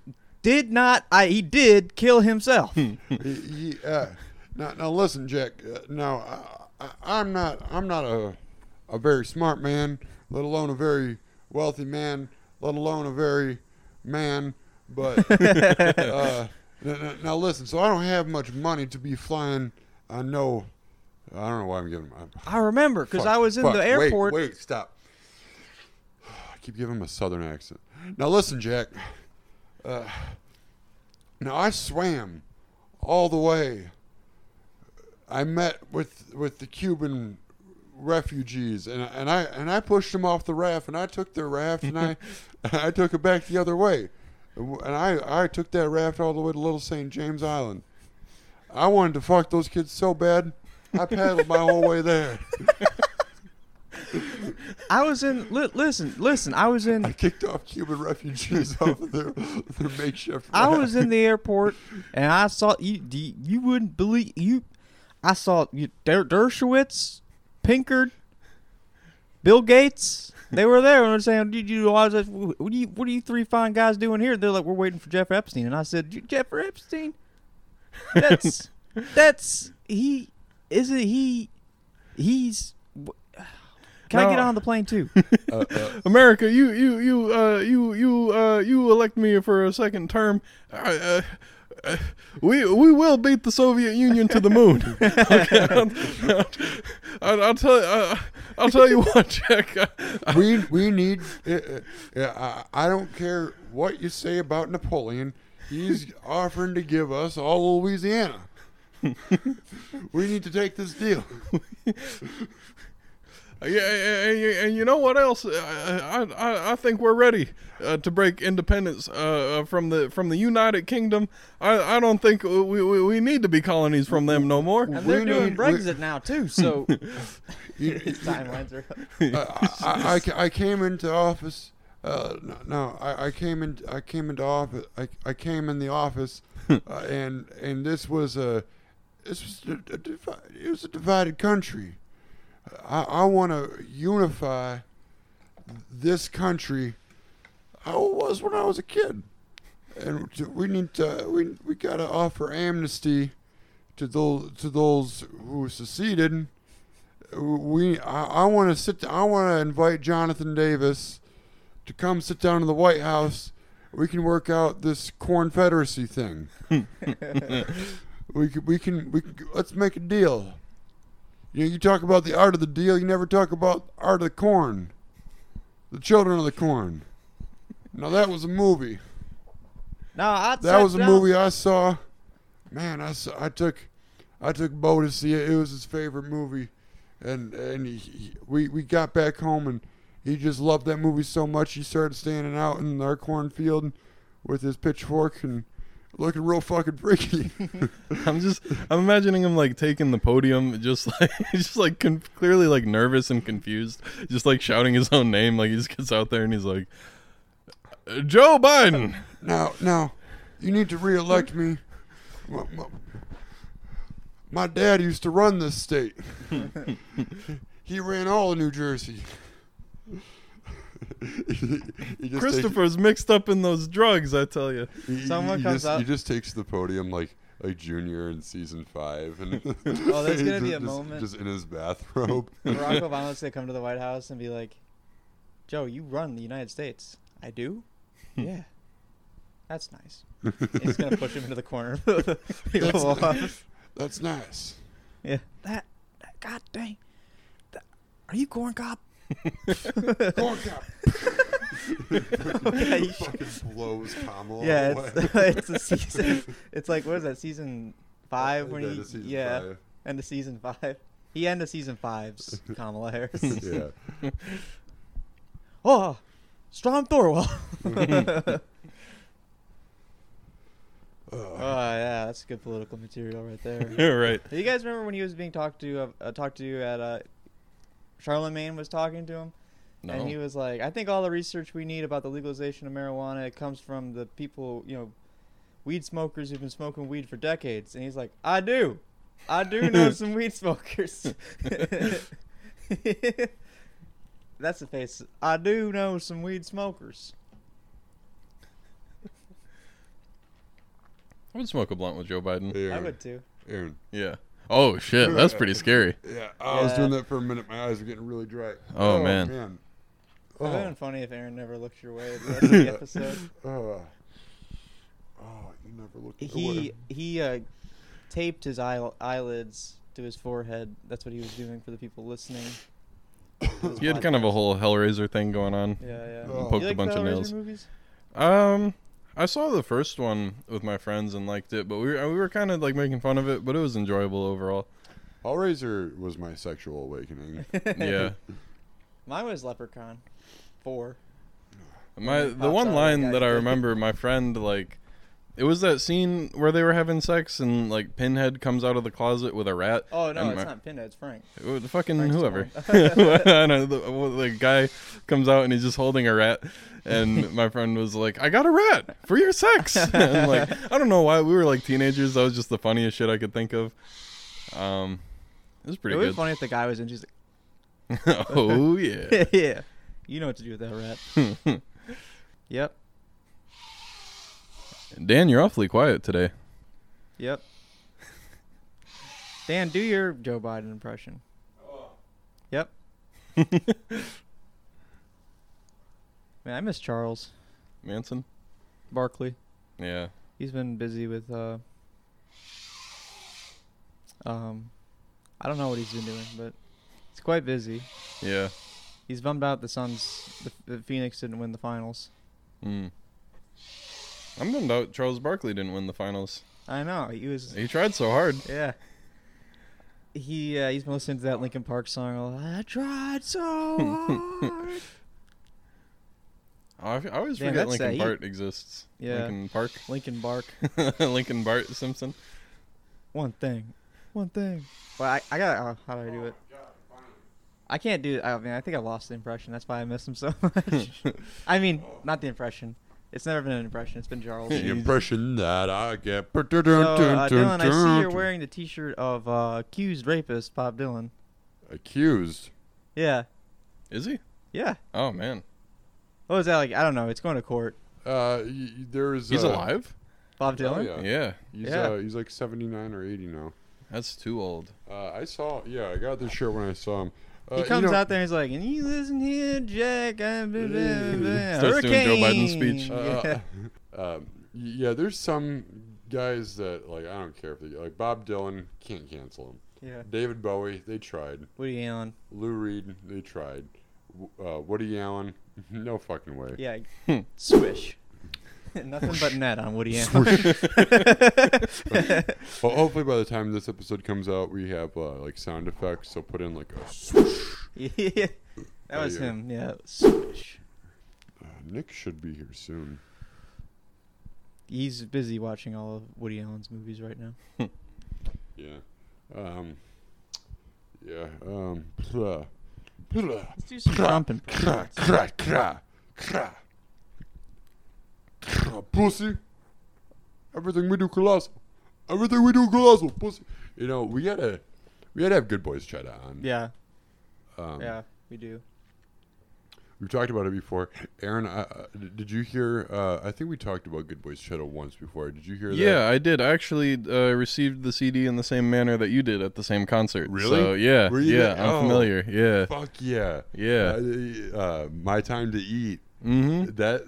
[SPEAKER 2] did not. I he did kill himself.
[SPEAKER 1] Hmm. He- he, uh, now, now listen, Jack. Uh, now, I, I, I'm not, I'm not a, a very smart man, let alone a very wealthy man, let alone a very man. But uh, n- n- now, listen. So I don't have much money to be flying. I know. I don't know why I'm giving. I'm,
[SPEAKER 2] I remember because
[SPEAKER 1] fuck,
[SPEAKER 2] I was in
[SPEAKER 1] fuck,
[SPEAKER 2] the
[SPEAKER 1] wait,
[SPEAKER 2] airport.
[SPEAKER 1] Wait, stop. <sighs> I keep giving him a southern accent. Now listen, Jack. Uh, now I swam all the way. I met with with the Cuban refugees, and and I and I pushed them off the raft, and I took their raft, and
[SPEAKER 2] <laughs>
[SPEAKER 1] I <laughs> I took it back the other way, and I I took that raft all the way to Little Saint James Island. I wanted to fuck those kids so bad, I paddled my whole way there.
[SPEAKER 2] <laughs> I was in. Li- listen, listen. I was in.
[SPEAKER 1] I kicked off Cuban refugees <laughs> off of their, their makeshift.
[SPEAKER 2] I
[SPEAKER 1] raft.
[SPEAKER 2] was in the airport, and I saw you. do You you wouldn't believe you. I saw you, Der, Dershowitz, Pinkard, Bill Gates. They were there, and I'm saying, "Did you? I was like, what do you? What are you three fine guys doing here?" They're like, "We're waiting for Jeff Epstein," and I said, "Je- "Jeff Epstein?
[SPEAKER 1] <laughs>
[SPEAKER 2] That's that's he isn't he? He's." Can I get
[SPEAKER 3] No.
[SPEAKER 2] on the
[SPEAKER 1] <laughs>
[SPEAKER 2] plane too?
[SPEAKER 3] America, you you you uh you you uh you elect me for a second term. Uh, uh, uh, we we will beat the Soviet Union to the moon. <laughs> okay, I'll, I'll tell uh, I'll tell you what, Jack. uh, I,
[SPEAKER 1] we we need. Uh, uh, yeah, I, I don't care what you say about Napoleon. He's offering to give us all Louisiana. <laughs> we need to take this deal.
[SPEAKER 3] I, uh, and you know what else? Uh, I, I- I, I think we're ready uh, to break independence uh, uh, from the from the United Kingdom. I, I don't think we, we, we need to be colonies from them no more.
[SPEAKER 2] And they're
[SPEAKER 1] We
[SPEAKER 2] doing
[SPEAKER 1] need- we-
[SPEAKER 2] Brexit now too, so
[SPEAKER 1] <laughs> You-
[SPEAKER 2] his timelines are
[SPEAKER 1] I,
[SPEAKER 2] up.
[SPEAKER 1] I- I ca- I came into office. Uh, no, no, I, I came in. I came into office. I, I came in the office, uh, and and this was a, this was a, a divi- it was a divided country. I, I want to unify this country how it was when I was a kid, and to- we need to we we gotta offer amnesty to those to those who seceded we I, I want to sit I want to invite Jonathan Davis to come sit down in the White House we can work out this Confederacy thing. we can, we can, we can, let's make a deal. You know, you talk about the art of the deal. You never talk about art of the corn, the children of the corn. Now that was a movie.
[SPEAKER 2] No, I
[SPEAKER 1] That was a movie I saw. Man, I saw, I took I took Bo to see it. It was his favorite movie, and and he, he- we we got back home and he just loved that movie so much. He started standing out in our cornfield with his pitchfork and looking real fucking freaky. <laughs>
[SPEAKER 3] I'm just I'm imagining him like taking the podium, just like <laughs> just like con- clearly like nervous and confused, just like shouting his own name. Like he just gets out there and he's like, "Uh, Joe Biden.
[SPEAKER 1] now now, you need to reelect me. My, my, my dad used to run this state. he ran all of New Jersey. <laughs> He- he <laughs> just takes-
[SPEAKER 3] Christopher's mixed up in those drugs, I tell you.
[SPEAKER 1] He- he-
[SPEAKER 2] Someone
[SPEAKER 1] he
[SPEAKER 2] comes
[SPEAKER 1] just,
[SPEAKER 2] up-
[SPEAKER 1] He just takes the podium like like junior in season five, and
[SPEAKER 2] <laughs>
[SPEAKER 1] <laughs>
[SPEAKER 2] Oh, there's gonna be a
[SPEAKER 1] just-
[SPEAKER 2] moment.
[SPEAKER 1] just in his bathrobe. <laughs>
[SPEAKER 2] Barack Obama's gonna come to the White House and be like, "Joe, you run the United States." I do.
[SPEAKER 1] Hmm.
[SPEAKER 2] Yeah, that's nice. <laughs> He's gonna push him into the corner.
[SPEAKER 3] <laughs>
[SPEAKER 2] <laughs> of the Oval Office.
[SPEAKER 1] That's nice.
[SPEAKER 2] yeah. That, that. God dang. That- are you corn cop? <laughs>
[SPEAKER 1] Corn cop.
[SPEAKER 2] Okay, you
[SPEAKER 1] fucking blows Kamala
[SPEAKER 2] yeah,
[SPEAKER 1] away.
[SPEAKER 2] it's <laughs> it's a
[SPEAKER 1] <laughs>
[SPEAKER 2] season. <laughs> It's like what is that season five when
[SPEAKER 1] Yeah,
[SPEAKER 2] he
[SPEAKER 1] the season
[SPEAKER 2] yeah
[SPEAKER 1] five.
[SPEAKER 2] end of season five. He end of
[SPEAKER 1] <laughs>
[SPEAKER 2] season five's Kamala Harris.
[SPEAKER 3] <laughs>
[SPEAKER 1] yeah.
[SPEAKER 2] Oh, Strom Thorwell.
[SPEAKER 1] <laughs>
[SPEAKER 2] <laughs> oh
[SPEAKER 1] Ugh.
[SPEAKER 2] yeah, that's good political material right there.
[SPEAKER 3] You're right.
[SPEAKER 2] Do you guys remember when he was being talked to? Uh, uh, talked to at uh, Charlemagne was talking to him, and he
[SPEAKER 3] No.
[SPEAKER 2] was like, "I think all the research we need about the legalization of marijuana it comes from the people, you know, weed smokers who've been smoking weed for decades." And he's like, "I do, I do know some weed smokers." <laughs> That's the face. I do know some weed smokers.
[SPEAKER 3] I would smoke a blunt with Joe Biden.
[SPEAKER 1] Aaron,
[SPEAKER 2] I would too.
[SPEAKER 1] Aaron.
[SPEAKER 3] Yeah. Oh shit, that's pretty scary.
[SPEAKER 1] Yeah, I was
[SPEAKER 2] Yeah.
[SPEAKER 1] doing that for a minute. My eyes were getting really dry.
[SPEAKER 3] Oh, man.
[SPEAKER 2] It would have been
[SPEAKER 1] Oh,
[SPEAKER 2] funny if Aaron never looked your way at the rest
[SPEAKER 1] <laughs>
[SPEAKER 2] of the episode.
[SPEAKER 1] oh, oh, you never looked.
[SPEAKER 2] he he uh, taped his eye- eyelids to his forehead. That's what he was doing for the people listening. <laughs>
[SPEAKER 3] He had kind of a whole Hellraiser thing going on.
[SPEAKER 2] Yeah, yeah.
[SPEAKER 1] Oh.
[SPEAKER 2] You
[SPEAKER 3] Poked
[SPEAKER 2] like
[SPEAKER 3] a bunch
[SPEAKER 2] the Hellraiser
[SPEAKER 3] of nails.
[SPEAKER 2] Movies?
[SPEAKER 3] Um, I saw the first one with my friends and liked it, but we were, we were kind of like making fun of it, but it was
[SPEAKER 2] <laughs>
[SPEAKER 3] enjoyable overall.
[SPEAKER 1] Hellraiser was my sexual awakening.
[SPEAKER 3] <laughs> Yeah.
[SPEAKER 2] <laughs> Mine was Leprechaun, four.
[SPEAKER 3] My
[SPEAKER 2] it
[SPEAKER 3] the
[SPEAKER 2] pops out
[SPEAKER 3] one
[SPEAKER 2] of the
[SPEAKER 3] line
[SPEAKER 2] guy's
[SPEAKER 3] that I
[SPEAKER 2] dick.
[SPEAKER 3] remember, my friend like, it was that scene where they were having sex and like Pinhead comes out of the closet with a rat.
[SPEAKER 2] Oh no,
[SPEAKER 3] and
[SPEAKER 2] it's
[SPEAKER 3] my-
[SPEAKER 2] not Pinhead. It's Frank.
[SPEAKER 3] uh, the fucking
[SPEAKER 2] Frank's
[SPEAKER 3] whoever.
[SPEAKER 2] the one.
[SPEAKER 3] <laughs> I know the, well, the guy comes out and he's just holding a rat,
[SPEAKER 2] <laughs>
[SPEAKER 3] and my friend was like, "I got a rat for your sex." <laughs> and like, I don't know why we were like teenagers. That was just the funniest shit I could think of. Um, it was pretty
[SPEAKER 2] it would be
[SPEAKER 3] good.
[SPEAKER 2] funny if the guy was in. <laughs> She's
[SPEAKER 3] <laughs> oh yeah.
[SPEAKER 2] like, yeah, you know what to do with that rat. Yep,
[SPEAKER 3] Dan, you're awfully quiet today.
[SPEAKER 2] yep. Dan, do your Joe Biden impression.
[SPEAKER 3] Oh. <laughs>
[SPEAKER 2] Yep. Man, I miss Charles
[SPEAKER 3] Manson.
[SPEAKER 2] Barkley.
[SPEAKER 3] Yeah.
[SPEAKER 2] He's been busy with uh um I don't know what he's been doing, but he's quite busy.
[SPEAKER 3] Yeah.
[SPEAKER 2] He's bummed out the Suns the, the Phoenix didn't win the finals.
[SPEAKER 3] Mm. I'm bummed out Charles Barkley didn't win the finals.
[SPEAKER 2] I know. He was
[SPEAKER 3] He tried so hard.
[SPEAKER 2] yeah. He uh, he's been listening to that Linkin Park song. all, I tried so hard.
[SPEAKER 3] I, I always
[SPEAKER 2] Damn,
[SPEAKER 3] forget
[SPEAKER 2] that's
[SPEAKER 3] Lincoln
[SPEAKER 2] sad. He-
[SPEAKER 3] Bart exists.
[SPEAKER 2] Yeah.
[SPEAKER 3] Lincoln Park.
[SPEAKER 2] Linkin Park.
[SPEAKER 3] <laughs> Lincoln
[SPEAKER 1] <laughs>
[SPEAKER 3] Bart Simpson.
[SPEAKER 2] One thing. One thing. Well, I, I got. Oh, how do I do it? I can't do. I mean, I think I lost the impression. That's why I miss him so <laughs> much. I mean, not the impression. It's never been an impression. It's been Charles.
[SPEAKER 1] The
[SPEAKER 2] so,
[SPEAKER 1] impression that I get. So,
[SPEAKER 2] uh, Dylan, I
[SPEAKER 1] <laughs>
[SPEAKER 2] see you're wearing the T-shirt of uh, accused rapist Bob Dylan.
[SPEAKER 1] accused.
[SPEAKER 2] Yeah,
[SPEAKER 3] Is he?
[SPEAKER 2] yeah.
[SPEAKER 3] Oh man,
[SPEAKER 2] What was that like? I don't know. It's going to court.
[SPEAKER 1] Uh, y- y- there's
[SPEAKER 3] he's
[SPEAKER 1] uh,
[SPEAKER 3] alive.
[SPEAKER 2] Bob
[SPEAKER 1] Oh,
[SPEAKER 2] Dylan.
[SPEAKER 1] yeah.
[SPEAKER 3] Yeah,
[SPEAKER 1] He's
[SPEAKER 2] Yeah.
[SPEAKER 1] uh, he's like 79 or 80 now.
[SPEAKER 3] that's too old.
[SPEAKER 1] Uh, I saw. Yeah, I got this shirt when I saw him. Uh,
[SPEAKER 2] he
[SPEAKER 1] you
[SPEAKER 2] comes
[SPEAKER 1] know,
[SPEAKER 2] out there and he's like, and you listen here, Jack. uh, blah, blah, blah,
[SPEAKER 3] Starts doing Joe Biden's
[SPEAKER 2] hurricane."
[SPEAKER 3] speech.
[SPEAKER 2] <laughs> Yeah.
[SPEAKER 1] Uh, <laughs> um, yeah, there's some guys that like I don't care if they like Bob Dylan can't cancel him.
[SPEAKER 2] yeah.
[SPEAKER 1] David Bowie they tried.
[SPEAKER 2] Woody Allen.
[SPEAKER 1] Lou Reed they tried. W- Uh, Woody Allen <laughs> no fucking way.
[SPEAKER 2] Yeah.
[SPEAKER 3] Hmm.
[SPEAKER 2] Swish. <laughs> Nothing but net on Woody Allen.
[SPEAKER 1] <laughs> Well, hopefully by the time this episode comes out, we have uh, like sound effects. So put in like a swoosh.
[SPEAKER 2] <laughs> yeah. That
[SPEAKER 1] Oh,
[SPEAKER 2] was
[SPEAKER 1] yeah.
[SPEAKER 2] him. Yeah. Swish.
[SPEAKER 1] Uh, Nick should be here soon.
[SPEAKER 2] He's busy watching all of Woody Allen's movies right now.
[SPEAKER 1] Yeah. Um. Yeah. Um. Plah. Plah.
[SPEAKER 2] Let's do some Trump and
[SPEAKER 1] Kra. Kra. Kra. Kra. Kra. Pussy. Everything we do colossal. Everything we do colossal. Pussy. You know we gotta we gotta have good boys cheddar on.
[SPEAKER 2] Yeah.
[SPEAKER 1] Um,
[SPEAKER 2] Yeah. We do.
[SPEAKER 1] We've talked about it before. Aaron, uh, uh, d- did you hear? Uh, I think we talked about Good Boys Shadow once before. Did you hear
[SPEAKER 3] Yeah, I did. I actually uh, received the CD in the same manner that you did at the same concert.
[SPEAKER 1] Really?
[SPEAKER 3] So, yeah.
[SPEAKER 1] Were you
[SPEAKER 3] yeah,
[SPEAKER 1] there?
[SPEAKER 3] I'm
[SPEAKER 1] Oh.
[SPEAKER 3] familiar. Yeah.
[SPEAKER 1] that? Fuck yeah.
[SPEAKER 3] Yeah.
[SPEAKER 1] Uh, uh, My Time to Eat.
[SPEAKER 3] Mm-hmm.
[SPEAKER 1] That,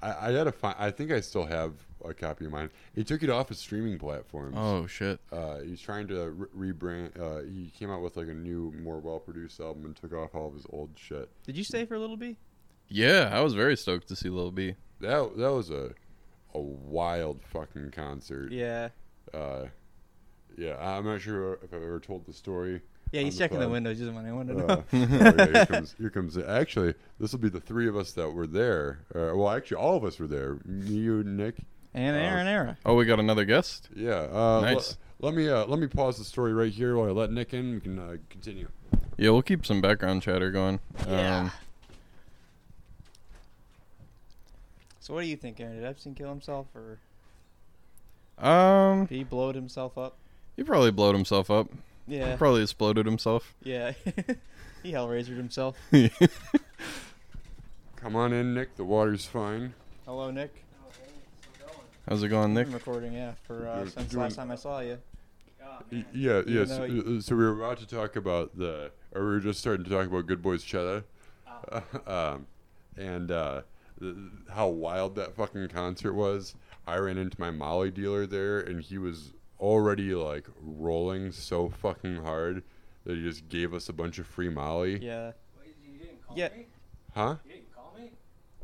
[SPEAKER 1] I, I gotta find, I think I still have a copy of mine. He took it off of streaming platforms.
[SPEAKER 3] Oh, shit.
[SPEAKER 1] Uh, he's trying to re- rebrand. Uh, he came out with like a new, more well produced album and took off all of his old shit.
[SPEAKER 2] Did you stay for Little B?
[SPEAKER 3] Yeah, I was very stoked to see Lil B.
[SPEAKER 1] That, that was a, a wild fucking concert.
[SPEAKER 2] Yeah.
[SPEAKER 1] Uh, yeah, I'm not sure if I've ever told the story.
[SPEAKER 2] Yeah,
[SPEAKER 1] On
[SPEAKER 2] he's
[SPEAKER 1] the
[SPEAKER 2] checking the
[SPEAKER 1] pod.
[SPEAKER 2] windows. He doesn't want anyone to
[SPEAKER 1] Uh,
[SPEAKER 2] <laughs>
[SPEAKER 1] <laughs> oh,
[SPEAKER 2] know.
[SPEAKER 1] yeah, here comes, here comes. Actually, this will be the three of us that were there. Uh, well, actually, all of us were there. Me, you, Nick.
[SPEAKER 2] and
[SPEAKER 1] uh,
[SPEAKER 2] Aaron Era.
[SPEAKER 3] Oh, we got another guest?
[SPEAKER 1] Yeah. Uh,
[SPEAKER 3] Nice.
[SPEAKER 1] le- let me uh, let me pause the story right here while I let Nick in. We can uh, continue.
[SPEAKER 3] Yeah, we'll keep some background chatter going.
[SPEAKER 2] Yeah. So what do you think, Aaron? Did Epstein kill himself or
[SPEAKER 3] Um, um,
[SPEAKER 2] did <laughs> he blow himself up?
[SPEAKER 3] he probably blowed himself up.
[SPEAKER 2] Yeah.
[SPEAKER 3] Probably exploded himself. <laughs>
[SPEAKER 2] Yeah. <laughs> he hellraisered himself.
[SPEAKER 1] Come on in, Nick. The water's fine.
[SPEAKER 2] Hello, Nick.
[SPEAKER 3] How's it going, Nick?
[SPEAKER 2] I've been recording, yeah, for uh,
[SPEAKER 1] You're
[SPEAKER 2] since
[SPEAKER 1] doing-
[SPEAKER 2] last time I saw you.
[SPEAKER 1] Y- Yeah, yeah.
[SPEAKER 2] Even
[SPEAKER 1] So,
[SPEAKER 2] though
[SPEAKER 1] uh, so we were about to talk about the, or we were just starting to talk about Good Boys Cheddar,
[SPEAKER 2] Ah.
[SPEAKER 1] <laughs> um, and uh, th- how wild that fucking concert was. I ran into my Molly dealer there, and he was already like rolling so fucking hard that he just gave us a bunch of free Molly.
[SPEAKER 2] Yeah.
[SPEAKER 4] Wait, you didn't call
[SPEAKER 2] Yeah.
[SPEAKER 4] me?
[SPEAKER 1] Huh?
[SPEAKER 4] You didn't call me?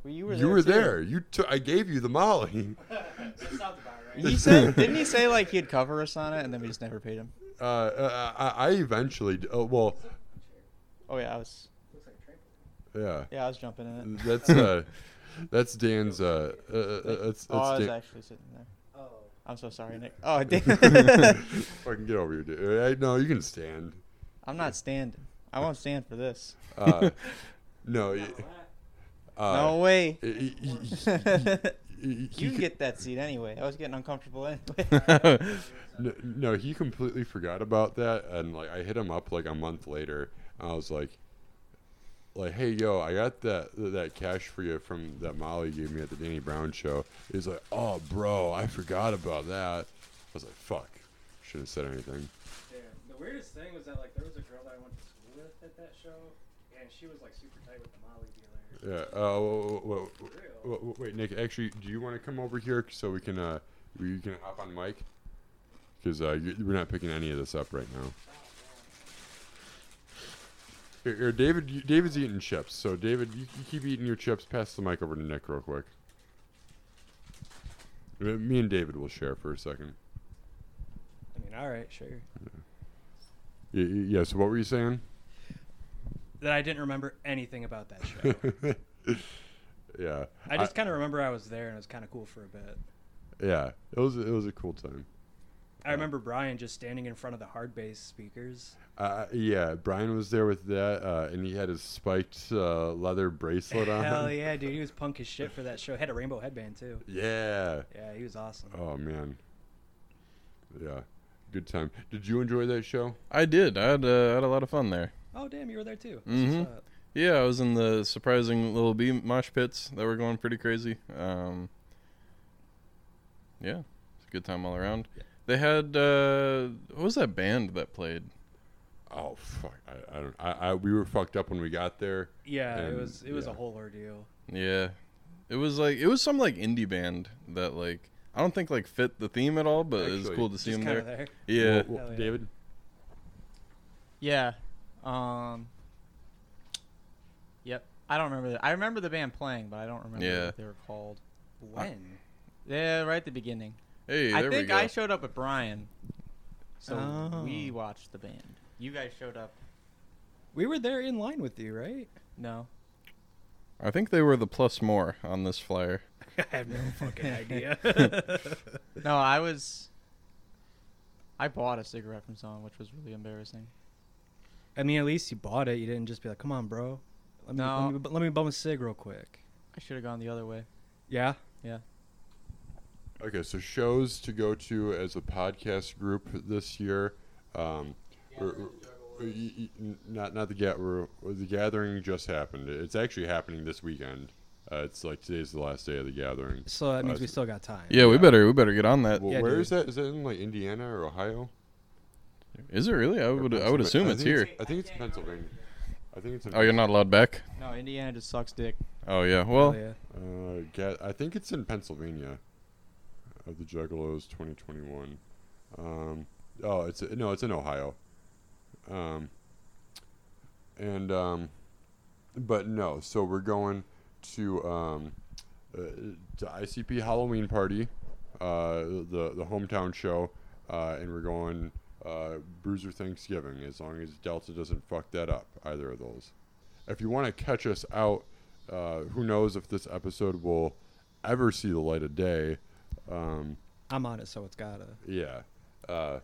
[SPEAKER 2] Well, you were
[SPEAKER 1] You
[SPEAKER 2] there.
[SPEAKER 1] were
[SPEAKER 2] too.
[SPEAKER 1] there. You took. I gave you the Molly. <laughs>
[SPEAKER 4] <laughs> That's not the bar, right?
[SPEAKER 2] He said, didn't he say like he'd cover us on it, and then we just never paid him?
[SPEAKER 1] Uh, uh, I, I eventually. d- Uh, well,
[SPEAKER 2] Oh yeah, I was.
[SPEAKER 4] Looks like a trampoline.
[SPEAKER 1] yeah.
[SPEAKER 2] Yeah, I was jumping in it.
[SPEAKER 1] That's uh, that's Dan's. Uh, uh, uh, that's, that's
[SPEAKER 2] Oh, I was
[SPEAKER 1] Dan-
[SPEAKER 2] actually sitting there.
[SPEAKER 4] Oh.
[SPEAKER 2] I'm so sorry, Nick. Oh
[SPEAKER 3] <laughs>
[SPEAKER 2] damn.
[SPEAKER 1] <laughs> Fucking get over here, dude. Uh, I, no, you can stand.
[SPEAKER 2] I'm not standing. I won't stand for this. <laughs>
[SPEAKER 1] Uh, no,
[SPEAKER 4] Well,
[SPEAKER 1] y-
[SPEAKER 4] that-
[SPEAKER 1] uh,
[SPEAKER 2] No way.
[SPEAKER 1] y- y- y- y- y- he
[SPEAKER 2] <laughs> you
[SPEAKER 1] c-
[SPEAKER 2] get that seat anyway. I was getting uncomfortable anyway.
[SPEAKER 3] <laughs>
[SPEAKER 1] no, no, he completely forgot about that, and like I hit him up like a month later. And I was like, like, hey, yo, I got that that cash for you from that Molly gave me at the Danny Brown show. He's like, oh, bro, I forgot about that. I was like, fuck, shouldn't have said anything.
[SPEAKER 4] Damn. The weirdest thing was that like there was a girl that I went to school with at that show, and she was like super tight with the Molly dealer.
[SPEAKER 1] Yeah. Uh, whoa, whoa, whoa,
[SPEAKER 4] For real.
[SPEAKER 1] whoa, whoa, wait, Nick. Actually, do you want to come over here so we can uh, we can hop on mic? Because uh, you- we're not picking any of this up right now.
[SPEAKER 4] Oh,
[SPEAKER 1] Here, here, David. you- David's eating chips. So David, you, you keep eating your chips. Pass the mic over to Nick real quick. Uh, Me and David will share for a second.
[SPEAKER 4] I mean, all right, sure.
[SPEAKER 1] Y- y- Yeah. So what were you saying? <laughs>
[SPEAKER 4] That I didn't remember anything about that <laughs> show.
[SPEAKER 1] yeah.
[SPEAKER 4] I just kind of remember I was there and it was kind of cool for a bit.
[SPEAKER 1] yeah. It was it was a cool time.
[SPEAKER 4] I remember Brian just standing in front of the hard bass speakers.
[SPEAKER 1] Uh, yeah, Brian was there with that, uh, and he had his spiked uh, leather bracelet on.
[SPEAKER 4] Hell yeah, dude! He was punk as shit for that show. Had a rainbow headband too.
[SPEAKER 1] Yeah.
[SPEAKER 4] Yeah, he was awesome.
[SPEAKER 1] Oh man. Yeah, good time. Did you enjoy that show?
[SPEAKER 3] I did. I had, uh, had a lot of fun there.
[SPEAKER 4] Oh damn, you were there too. That's
[SPEAKER 5] Mm-hmm.
[SPEAKER 3] Mhm.
[SPEAKER 4] what's up.
[SPEAKER 3] Yeah, I was in the surprising little B mosh pits that were going pretty crazy. Um, yeah, it's a good time all around. They had uh, what was that band that played?
[SPEAKER 1] Oh fuck! I, I don't. I, I we were fucked up when we got there.
[SPEAKER 4] Yeah,
[SPEAKER 1] And,
[SPEAKER 4] it was it was
[SPEAKER 1] yeah.
[SPEAKER 4] a whole ordeal.
[SPEAKER 3] Yeah. It was like it was some like indie band that like I don't think like fit the theme at all, but it was
[SPEAKER 1] Actually,
[SPEAKER 3] cool to see
[SPEAKER 4] Just
[SPEAKER 3] them
[SPEAKER 4] kind
[SPEAKER 3] there.
[SPEAKER 4] of there.
[SPEAKER 3] Yeah.
[SPEAKER 1] Well, well,
[SPEAKER 4] Hell yeah.
[SPEAKER 1] David.
[SPEAKER 2] Yeah. Um. Yep. I don't remember. The, I remember the band playing, but I don't remember
[SPEAKER 3] Yeah.
[SPEAKER 2] what they were called.
[SPEAKER 4] When?
[SPEAKER 2] Yeah, right at the beginning.
[SPEAKER 3] Hey, there
[SPEAKER 2] I
[SPEAKER 3] we
[SPEAKER 2] think
[SPEAKER 3] go.
[SPEAKER 2] I showed up with Brian, so
[SPEAKER 5] Oh.
[SPEAKER 2] we watched the band. You guys showed up.
[SPEAKER 5] We were there in line with you,
[SPEAKER 3] <laughs>
[SPEAKER 5] right?
[SPEAKER 2] No.
[SPEAKER 3] I think they were the plus more on this flyer.
[SPEAKER 4] I
[SPEAKER 3] <laughs>
[SPEAKER 4] have no fucking idea.
[SPEAKER 2] No, I was. I bought a cigarette from someone, which was really embarrassing.
[SPEAKER 5] I mean, at least you bought it. You didn't just be like, "Come on, bro, let me
[SPEAKER 2] No.
[SPEAKER 5] let me, bu- let me bum a cig real quick."
[SPEAKER 2] I should have gone the other way.
[SPEAKER 5] Yeah.
[SPEAKER 1] Okay, so shows to go to as a podcast group this year. Um, or- or- y- y- n- not not the get the gathering just happened. It's actually happening this weekend. Uh, it's like today's the last day of the gathering.
[SPEAKER 5] So that means
[SPEAKER 1] Uh,
[SPEAKER 5] we still got time.
[SPEAKER 3] Yeah, we better we better get on that. Is
[SPEAKER 1] Well,
[SPEAKER 5] Yeah,
[SPEAKER 1] where
[SPEAKER 5] dude.
[SPEAKER 1] is that? Is that in like Indiana or Ohio?
[SPEAKER 3] it really? I would I
[SPEAKER 1] Pennsylvania?
[SPEAKER 3] would assume it's
[SPEAKER 1] think
[SPEAKER 3] here.
[SPEAKER 1] I think it's Pennsylvania. I think it's. In
[SPEAKER 3] Oh, you're not allowed back.
[SPEAKER 2] No, Indiana just sucks dick.
[SPEAKER 3] Oh yeah.
[SPEAKER 5] Hell
[SPEAKER 3] Well,
[SPEAKER 5] yeah.
[SPEAKER 1] Uh, ga- I think it's in Pennsylvania. Of the Juggalos, 2021. Um, oh, it's no, it's in Ohio. Um, and um, but no, so we're going to um, uh, to ICP Halloween party, uh, the the hometown show, uh, and we're going uh, Bruiser Thanksgiving as long as Delta doesn't fuck that up either of those. If you want to catch us out, uh, who knows if this episode will ever see the light of day? Um,
[SPEAKER 5] I'm on it, so it's gotta.
[SPEAKER 1] yeah. Uh,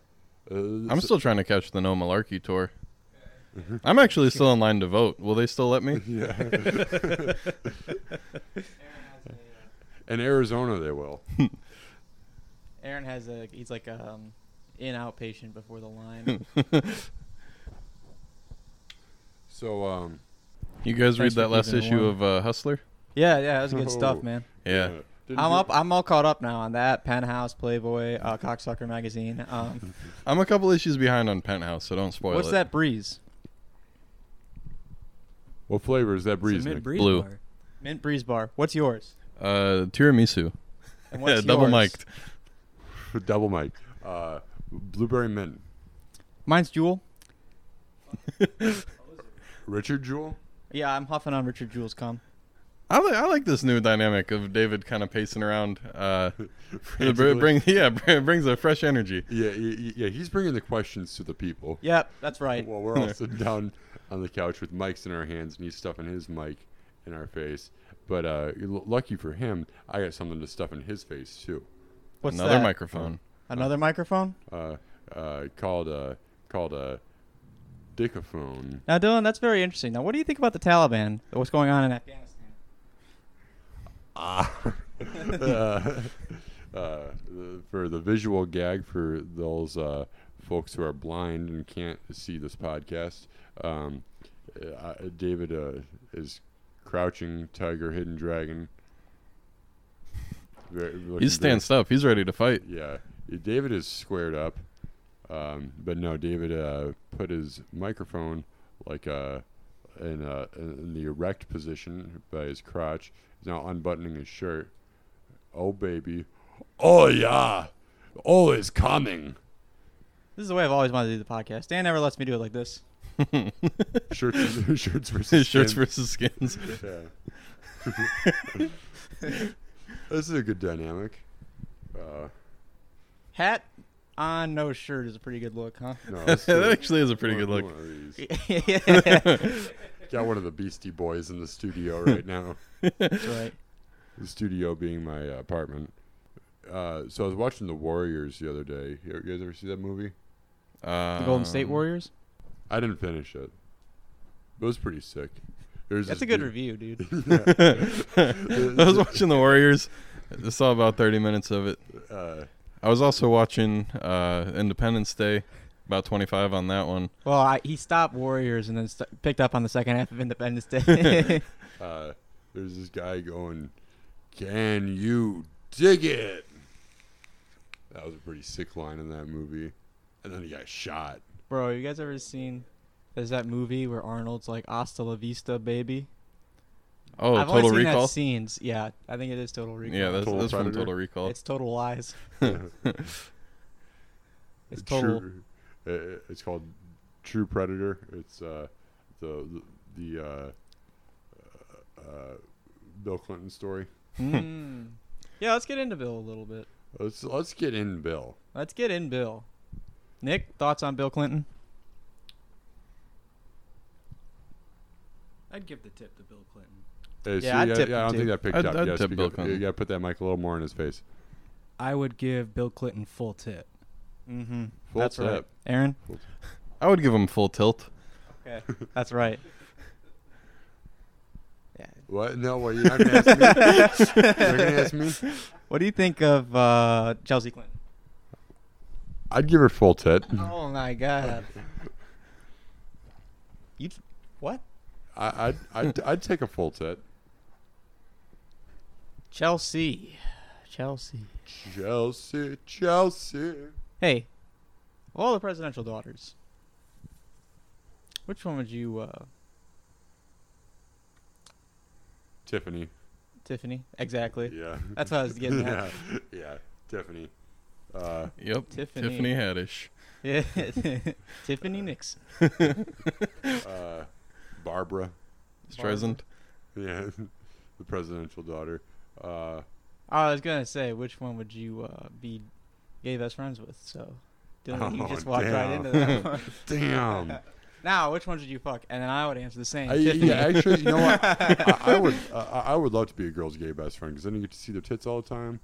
[SPEAKER 1] uh,
[SPEAKER 3] I'm
[SPEAKER 1] so-
[SPEAKER 3] still trying to catch the No Malarkey tour. I'm actually still in line to vote. Will they still let me?
[SPEAKER 1] yeah. In Arizona, they will.
[SPEAKER 2] Aaron has a. He's like a, um, in outpatient before the
[SPEAKER 3] <laughs>
[SPEAKER 2] line.
[SPEAKER 1] So, um,
[SPEAKER 3] You guys read
[SPEAKER 2] Thanks for
[SPEAKER 3] that last
[SPEAKER 2] keeping it
[SPEAKER 3] issue
[SPEAKER 2] warm.
[SPEAKER 3] of uh, Hustler?
[SPEAKER 2] yeah, yeah, that was good
[SPEAKER 1] Oh.
[SPEAKER 2] stuff, man.
[SPEAKER 3] Yeah.
[SPEAKER 1] uh, didn't
[SPEAKER 2] I'm
[SPEAKER 1] you-
[SPEAKER 2] up. I'm all caught up now on that Penthouse, Playboy, uh, Cocksucker magazine. Um,
[SPEAKER 3] I'm a couple issues behind on Penthouse, so don't spoil
[SPEAKER 2] what's
[SPEAKER 3] it.
[SPEAKER 2] that breeze?
[SPEAKER 1] What flavor is that breeze?
[SPEAKER 5] It's a
[SPEAKER 1] Nick?
[SPEAKER 5] mid-breeze
[SPEAKER 3] Blue.
[SPEAKER 5] bar.
[SPEAKER 2] Mint Breeze Bar. What's yours?
[SPEAKER 3] Uh, tiramisu. <laughs>
[SPEAKER 2] And what's
[SPEAKER 3] Double
[SPEAKER 2] yours?
[SPEAKER 1] <laughs>
[SPEAKER 3] mic'd.
[SPEAKER 1] Double mic. Uh, blueberry mint.
[SPEAKER 2] Mine's Jewel.
[SPEAKER 1] Richard Jewell.
[SPEAKER 2] Yeah, I'm huffing on Richard Jewel's cum.
[SPEAKER 3] I, li- I like this new dynamic of David kind of pacing around. Uh, it br-
[SPEAKER 1] Frantically-
[SPEAKER 3] bring <laughs> yeah, br- brings a fresh energy.
[SPEAKER 1] yeah, yeah, yeah, he's bringing the questions to the people.
[SPEAKER 2] Yep, that's right.
[SPEAKER 1] Well, we're all sitting down on the couch with mics in our hands, and he's stuffing his mic in our face. But uh, l- lucky for him, I got something to stuff in his face too.
[SPEAKER 2] What's
[SPEAKER 3] Another
[SPEAKER 2] that? Oh,
[SPEAKER 3] microphone.
[SPEAKER 2] Another microphone?
[SPEAKER 1] Uh, uh, called uh, called a dickaphone.
[SPEAKER 2] Now, Dylan, that's very interesting. Now, what do you think about the Taliban? What's going on in Afghanistan?
[SPEAKER 1] Ah. uh, <laughs> uh, for the visual gag for those uh, folks who are blind and can't see this podcast, um, uh, I- David uh, is crouching tiger, hidden dragon. Very, looking
[SPEAKER 3] He's stanced up. He's ready to fight. <laughs>
[SPEAKER 1] very- Yeah, David is squared up, um, but no, David uh, put his microphone like uh, in, uh, in the erect position by his crotch. He's now unbuttoning his shirt. Oh baby, oh yeah, oh is coming.
[SPEAKER 2] This is the way I've always wanted to do the podcast. Dan never lets me do it like this.
[SPEAKER 1] Shirts, <laughs> shirts versus
[SPEAKER 3] His <laughs>
[SPEAKER 1] skins.
[SPEAKER 3] shirts versus skins.
[SPEAKER 1] Yeah. <laughs> this is a good dynamic. Uh,
[SPEAKER 2] Hat on, no shirt is a pretty good look, huh? <laughs>
[SPEAKER 3] <laughs>
[SPEAKER 1] no, let's do
[SPEAKER 3] that
[SPEAKER 1] it.
[SPEAKER 3] actually is a pretty
[SPEAKER 1] One-
[SPEAKER 3] good look.
[SPEAKER 1] one of these.
[SPEAKER 2] that's
[SPEAKER 1] Got one of the Beastie Boys in the studio right now.
[SPEAKER 2] right.
[SPEAKER 1] The studio being my uh, apartment. Uh, so I was watching The Warriors the other day. You you guys ever see that movie?
[SPEAKER 2] The Golden State
[SPEAKER 3] Um,
[SPEAKER 2] Warriors?
[SPEAKER 1] I didn't finish it. It was pretty sick. There's
[SPEAKER 2] That's
[SPEAKER 1] this
[SPEAKER 2] a good
[SPEAKER 1] dude-
[SPEAKER 2] review, dude.
[SPEAKER 3] <laughs> I was watching the Warriors. I saw about 30 minutes of it.
[SPEAKER 1] Uh,
[SPEAKER 3] I was also watching uh, Independence Day, about 25 on that one.
[SPEAKER 2] Well, I, he stopped Warriors and then st- picked up on the second half of Independence Day. <laughs>
[SPEAKER 1] uh, there's this guy going, "Can you dig it?" That was a pretty sick line in that movie. And then he got shot.
[SPEAKER 2] Bro, you guys ever seen There's that movie where Arnold's like "Hasta la vista, baby."
[SPEAKER 3] Oh,
[SPEAKER 2] I've
[SPEAKER 3] Total
[SPEAKER 2] only seen
[SPEAKER 3] Recall.
[SPEAKER 2] that scenes. Yeah, I think it is Total Recall.
[SPEAKER 3] Yeah, that's,
[SPEAKER 1] Total
[SPEAKER 3] that's from
[SPEAKER 1] Predator.
[SPEAKER 3] Total Recall.
[SPEAKER 2] it's total <laughs> lies. It's
[SPEAKER 1] True-
[SPEAKER 2] total.
[SPEAKER 1] i- i- it's called True Predator. It's uh, the the the, uh, uh, Bill Clinton story.
[SPEAKER 2] Mm. Yeah, let's get into Bill a little bit.
[SPEAKER 1] Let's let's get in Bill.
[SPEAKER 2] Let's get in Bill. Nick, thoughts on Bill Clinton?
[SPEAKER 5] I'd give the tip to Bill Clinton.
[SPEAKER 1] Hey,
[SPEAKER 2] Yeah, I'd
[SPEAKER 1] yeah,
[SPEAKER 2] tip
[SPEAKER 1] yeah, I
[SPEAKER 2] him
[SPEAKER 1] don't
[SPEAKER 2] too.
[SPEAKER 1] think that picked
[SPEAKER 3] I'd-
[SPEAKER 1] up.
[SPEAKER 3] I'd
[SPEAKER 1] yeah,
[SPEAKER 3] tip
[SPEAKER 1] speak
[SPEAKER 3] Bill
[SPEAKER 1] up.
[SPEAKER 3] Clinton.
[SPEAKER 1] You gotta put that mic a little more in his face.
[SPEAKER 5] I would give Bill Clinton full tip.
[SPEAKER 2] Mm-hmm.
[SPEAKER 1] Full
[SPEAKER 2] that's
[SPEAKER 1] tip.
[SPEAKER 2] right. Aaron.
[SPEAKER 3] I would give him full tilt.
[SPEAKER 2] Okay, <laughs> that's right. Yeah.
[SPEAKER 1] What? No, what? You're not gonna ask me.
[SPEAKER 2] <laughs>
[SPEAKER 1] You're not gonna ask me.
[SPEAKER 2] What do you think of uh, Chelsea Clinton?
[SPEAKER 1] I'd give her full tit.
[SPEAKER 2] Oh my god. You t- what?
[SPEAKER 1] I, I'd, I'd I'd take a full tit.
[SPEAKER 2] Chelsea. Chelsea.
[SPEAKER 1] Chelsea, Chelsea.
[SPEAKER 2] Hey. of All the presidential daughters. Which one would you uh
[SPEAKER 1] Tiffany.
[SPEAKER 2] Tiffany? Exactly.
[SPEAKER 1] Yeah.
[SPEAKER 2] That's what I was getting at.
[SPEAKER 1] <laughs> yeah. Yeah. Tiffany. Uh,
[SPEAKER 3] Yep.
[SPEAKER 2] Tiffany.
[SPEAKER 3] Tiffany <laughs> Haddish.
[SPEAKER 2] Yeah. <laughs> Tiffany Nixon.
[SPEAKER 1] uh, Barbara. <laughs>
[SPEAKER 3] Streisand.
[SPEAKER 1] Yeah. the presidential daughter. Uh,
[SPEAKER 2] I was gonna say which one would you uh, be gay best friends with, so Dylan, you
[SPEAKER 1] Oh,
[SPEAKER 2] just walked right
[SPEAKER 1] damn.
[SPEAKER 2] into that one. <laughs>
[SPEAKER 1] damn.
[SPEAKER 2] now, which one should you fuck? And then I would answer the same.
[SPEAKER 1] I,
[SPEAKER 2] Tiffany.
[SPEAKER 1] yeah, actually, you know what? I, I
[SPEAKER 2] <laughs>
[SPEAKER 1] would uh, I I would love to be a girl's gay best friend because then you get to see their tits all the time.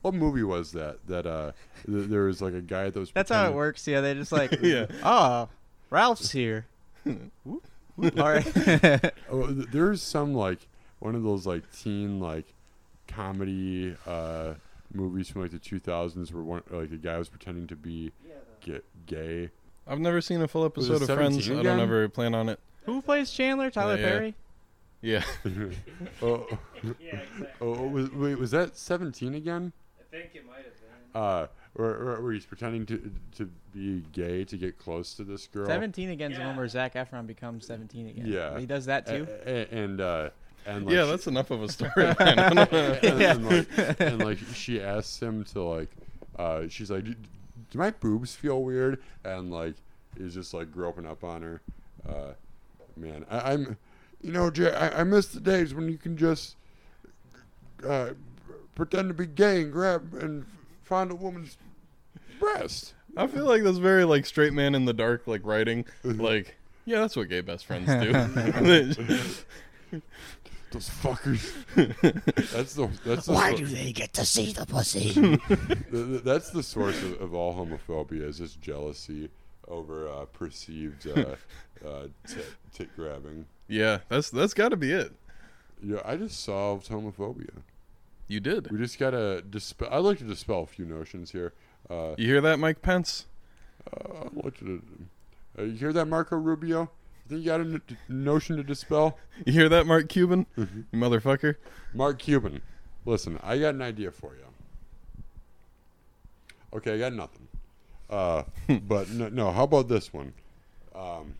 [SPEAKER 1] What movie was that? That uh, th- there was like a guy that was.
[SPEAKER 2] That's how it
[SPEAKER 1] pretending-
[SPEAKER 2] works. Yeah, they
[SPEAKER 1] <laughs>
[SPEAKER 2] just like,
[SPEAKER 3] Yeah.
[SPEAKER 2] oh, Ralph's here. Whoop, whoop. All right. <laughs>
[SPEAKER 1] Oh, th- there's some like one of those like teen like comedy uh movies from like the 2000s where one like a guy was pretending to be
[SPEAKER 4] Yeah, the,
[SPEAKER 1] ga- gay.
[SPEAKER 3] I've never seen a full
[SPEAKER 1] Was it
[SPEAKER 3] episode of Friends.
[SPEAKER 1] 17
[SPEAKER 3] I don't
[SPEAKER 1] again?
[SPEAKER 3] ever plan on it.
[SPEAKER 2] Who plays Chandler? Tyler
[SPEAKER 3] Yeah.
[SPEAKER 2] Perry?
[SPEAKER 3] Yeah. <laughs>
[SPEAKER 1] oh,
[SPEAKER 4] <laughs> yeah, exactly.
[SPEAKER 1] oh, was, wait, was that 17 again?
[SPEAKER 4] I think it might have been.
[SPEAKER 1] Uh, where, where, where he's pretending to to be gay to get close to this girl.
[SPEAKER 2] 17 again's the one
[SPEAKER 4] Yeah.
[SPEAKER 2] where Zach Efron becomes 17 again.
[SPEAKER 1] Yeah.
[SPEAKER 2] He does that
[SPEAKER 1] A-
[SPEAKER 2] too?
[SPEAKER 1] a- and uh, and like
[SPEAKER 3] yeah,
[SPEAKER 1] she-
[SPEAKER 3] that's enough of a story. man. <laughs> I don't know.
[SPEAKER 1] and, and, like, and like she asks him to like uh, she's like "Do- do my boobs feel weird and like he's just like groping up on her uh, man I, i'm you know jay I, I miss the days when you can just uh, pretend to be gay and grab and find a woman's breast
[SPEAKER 3] I feel like that's very like straight man in the dark like writing.
[SPEAKER 1] Mm-hmm.
[SPEAKER 3] Like, yeah, that's what gay best friends
[SPEAKER 1] <laughs>
[SPEAKER 3] do. <laughs>
[SPEAKER 1] those fuckers that's the that's the sor-
[SPEAKER 6] they get to see the pussy?
[SPEAKER 1] th- th- that's the source of, of all homophobia is just jealousy over uh, perceived uh, uh, tit, tit grabbing.
[SPEAKER 3] <laughs> yeah, that's that's got to be it.
[SPEAKER 1] Yeah, I just solved homophobia.
[SPEAKER 3] You did.
[SPEAKER 1] We just gotta dispel. I'd like to dispel a few notions here. Uh,
[SPEAKER 3] You hear that, Mike Pence?
[SPEAKER 1] uh, I'd like to. Uh, you hear that, Marco Rubio? You think you got a n- notion to dispel?
[SPEAKER 3] You hear that, Mark Cuban?
[SPEAKER 2] Mm-hmm.
[SPEAKER 3] You motherfucker.
[SPEAKER 1] Mark Cuban, listen, I got an idea for you. Okay, I got nothing. Uh, but no, no, how about this one? Um,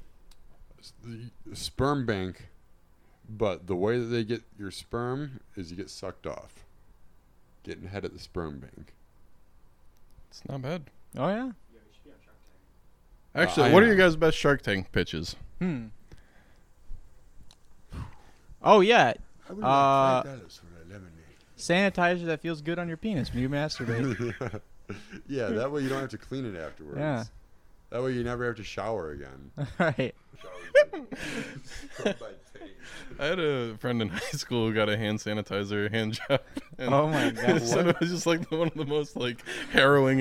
[SPEAKER 1] s- the sperm bank, but the way that they get your sperm is you get sucked off. Getting head at the sperm bank.
[SPEAKER 3] It's not bad.
[SPEAKER 1] eh.
[SPEAKER 2] Oh, yeah.
[SPEAKER 4] Yeah, we should be on Shark Tank.
[SPEAKER 2] Uh,
[SPEAKER 3] Actually,
[SPEAKER 1] I
[SPEAKER 3] what are
[SPEAKER 1] know.
[SPEAKER 3] your guys' best Shark Tank
[SPEAKER 2] <laughs>
[SPEAKER 3] pitches? <laughs>
[SPEAKER 1] <sighs>
[SPEAKER 2] Hmm. Oh, yeah.
[SPEAKER 1] I would
[SPEAKER 2] like
[SPEAKER 1] dollars for a lemonade.
[SPEAKER 2] Sanitizer that feels good on your penis when
[SPEAKER 1] <laughs>
[SPEAKER 2] you masturbate. <laughs>
[SPEAKER 1] yeah, that way you don't have to clean it afterwards.
[SPEAKER 2] Yeah.
[SPEAKER 1] That way you never have to shower again.
[SPEAKER 2] All right.
[SPEAKER 1] Shower by taste.
[SPEAKER 3] I had a friend in <laughs> high school who got a hand sanitizer hand job. <laughs> and-
[SPEAKER 2] Oh my God.
[SPEAKER 3] <laughs> so it was just like one of the most like harrowing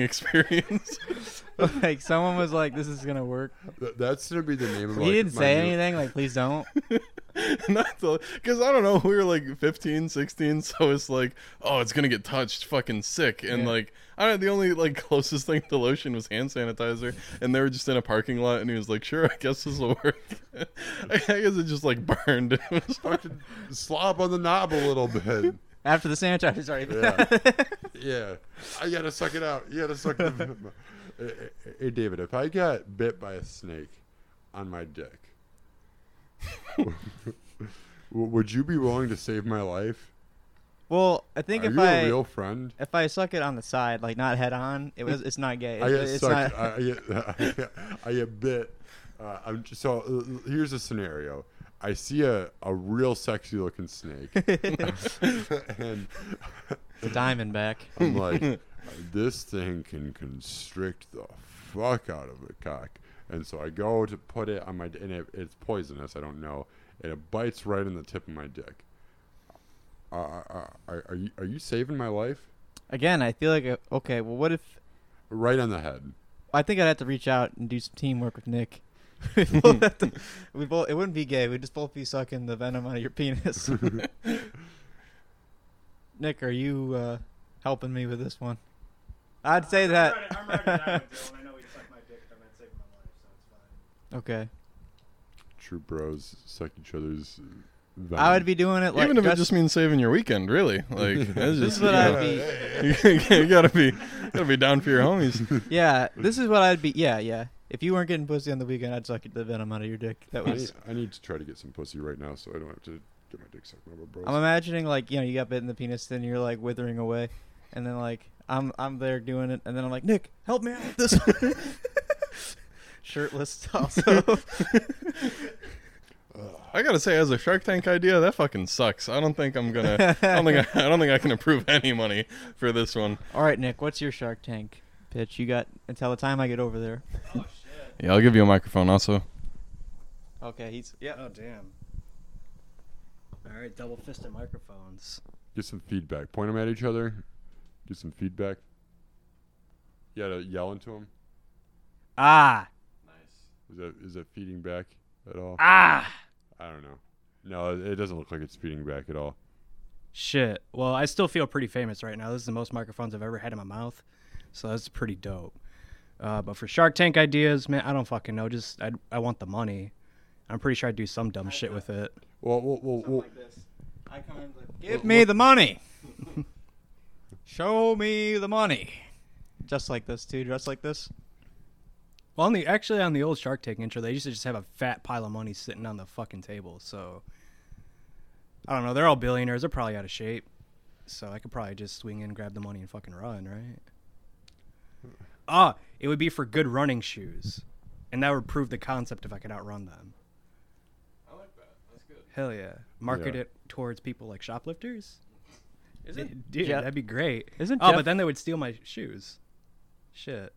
[SPEAKER 2] <laughs>
[SPEAKER 3] <laughs> experiences.
[SPEAKER 2] like, someone was like, this is going to work.
[SPEAKER 1] Th- that's gonna be the name of.
[SPEAKER 2] He
[SPEAKER 1] like,
[SPEAKER 2] didn't
[SPEAKER 1] my
[SPEAKER 2] say
[SPEAKER 1] new- <laughs>
[SPEAKER 2] anything. Like, please don't. <laughs>
[SPEAKER 3] <laughs> Not because I don't know. We were like 15, 16, so it's like, oh, it's gonna get touched, fucking sick, and
[SPEAKER 2] Yeah.
[SPEAKER 3] like I don't. know, The only like <laughs> closest thing to lotion was hand sanitizer, and they were just in a parking lot, and he was like, sure, I guess this will work. <laughs> I guess it just like burned. <laughs> It was
[SPEAKER 1] Fucking slop on the knob a little bit.
[SPEAKER 2] After the sanitizer's already
[SPEAKER 1] Yeah. Yeah, I gotta suck it out. <laughs> You gotta suck the venom. Hey, David, if I got bit by a snake on my dick, <laughs> W- Would you be willing to save my life?
[SPEAKER 2] <laughs> Well, I think
[SPEAKER 1] Are
[SPEAKER 2] if
[SPEAKER 1] you
[SPEAKER 2] I
[SPEAKER 1] a real friend?
[SPEAKER 2] if I suck it on the side, like not head on, it was it's not
[SPEAKER 1] <laughs>
[SPEAKER 2] gay.
[SPEAKER 1] I get
[SPEAKER 2] It's- it's
[SPEAKER 1] sucked.
[SPEAKER 2] not-
[SPEAKER 1] I, I, get, I, get, <laughs> I get bit. Uh, I'm just, so uh, here's a scenario. I see a, a real sexy looking
[SPEAKER 2] <laughs>
[SPEAKER 1] snake, <laughs> and
[SPEAKER 2] It's a diamond back.
[SPEAKER 1] I'm like, this thing can constrict the fuck out of a cock. And so I go to put it on my, d- and it, it's poisonous. I don't know, and it bites right in the tip of my dick. Uh, uh, are, are you are you saving my life?
[SPEAKER 2] Again, I feel like uh, okay. Well, what if
[SPEAKER 1] Right on the head.
[SPEAKER 2] I think I'd have to reach out and do some teamwork with <laughs> Nick. we both have to, we both it wouldn't be gay. We'd just both be sucking the venom out of your penis. <laughs> Nick, are you uh, helping me with this one? I'd say that.
[SPEAKER 4] Uh, I'm ready, I'm ready to die with Dylan. I know he sucked my dick, but I might save my life, so it's fine.
[SPEAKER 2] <laughs> okay,
[SPEAKER 1] True bros suck each other's. Venom.
[SPEAKER 2] I would be doing it like
[SPEAKER 3] Even if it
[SPEAKER 2] just-
[SPEAKER 3] just means saving your weekend, really.
[SPEAKER 2] <laughs>
[SPEAKER 3] Like
[SPEAKER 2] this
[SPEAKER 3] that's just,
[SPEAKER 2] is what I'd be.
[SPEAKER 3] <laughs> you, gotta be gotta be down for your homies.
[SPEAKER 2] Yeah, this is what I'd be. Yeah, yeah. If you weren't getting pussy on the weekend, I'd suck the venom out of your dick. That
[SPEAKER 1] I need,
[SPEAKER 2] was.
[SPEAKER 1] I need to try to get some pussy right now, so I don't have to get my dick sucked by my bros.
[SPEAKER 2] I'm imagining like you know you got bit in the penis, then you're like withering away, and then like I'm I'm there doing it, and then I'm like Nick, help me out <laughs> with this. one." Shirtless <laughs> also.
[SPEAKER 3] I gotta say, as a Shark Tank idea, that fucking sucks. I don't think I'm gonna. I don't think I, I don't think I can approve <laughs> any money for this one.
[SPEAKER 2] All right, Nick, what's your Shark Tank pitch? You got until the time I get over there.
[SPEAKER 3] Yeah, I'll give you a microphone also.
[SPEAKER 2] Okay, he's yeah.
[SPEAKER 5] Oh damn. All right, double fisted microphones.
[SPEAKER 1] Get some feedback. Point them at each other. Do some feedback. You gotta yell into them.
[SPEAKER 5] Ah,
[SPEAKER 1] Is that is that feeding back at all?
[SPEAKER 5] ah,
[SPEAKER 1] I don't know. No, it it doesn't look like it's feeding back at all.
[SPEAKER 5] shit. Well, I still feel pretty famous right now. This is the most microphones I've ever had in my mouth, so that's pretty dope. Uh, but for Shark Tank ideas, man, I don't fucking know. Just I, I want the money. I'm pretty sure I'd do some dumb shit with it.
[SPEAKER 1] Well, well, well, well
[SPEAKER 2] I come in like, give me the <laughs> money. Show me the money. Just like this too. Just like <laughs> this.
[SPEAKER 5] Well, on the actually on the old Shark Tank intro, they used to just have a fat pile of money sitting on the fucking table. So I don't know. They're all billionaires. They're probably out of shape. So I could probably just swing in, grab the money, and fucking run, right? Ah, it would be for good running shoes, and that would prove the concept if I could outrun them.
[SPEAKER 3] I like that. That's good.
[SPEAKER 5] Hell yeah! Market
[SPEAKER 1] Yeah.
[SPEAKER 5] it towards people like shoplifters.
[SPEAKER 3] Isn't-
[SPEAKER 5] dude?
[SPEAKER 2] Jeff-
[SPEAKER 5] that'd be great.
[SPEAKER 2] Isn't
[SPEAKER 5] oh,
[SPEAKER 2] Jeff-
[SPEAKER 5] but then they would steal my shoes.
[SPEAKER 2] <laughs>
[SPEAKER 5] Shit.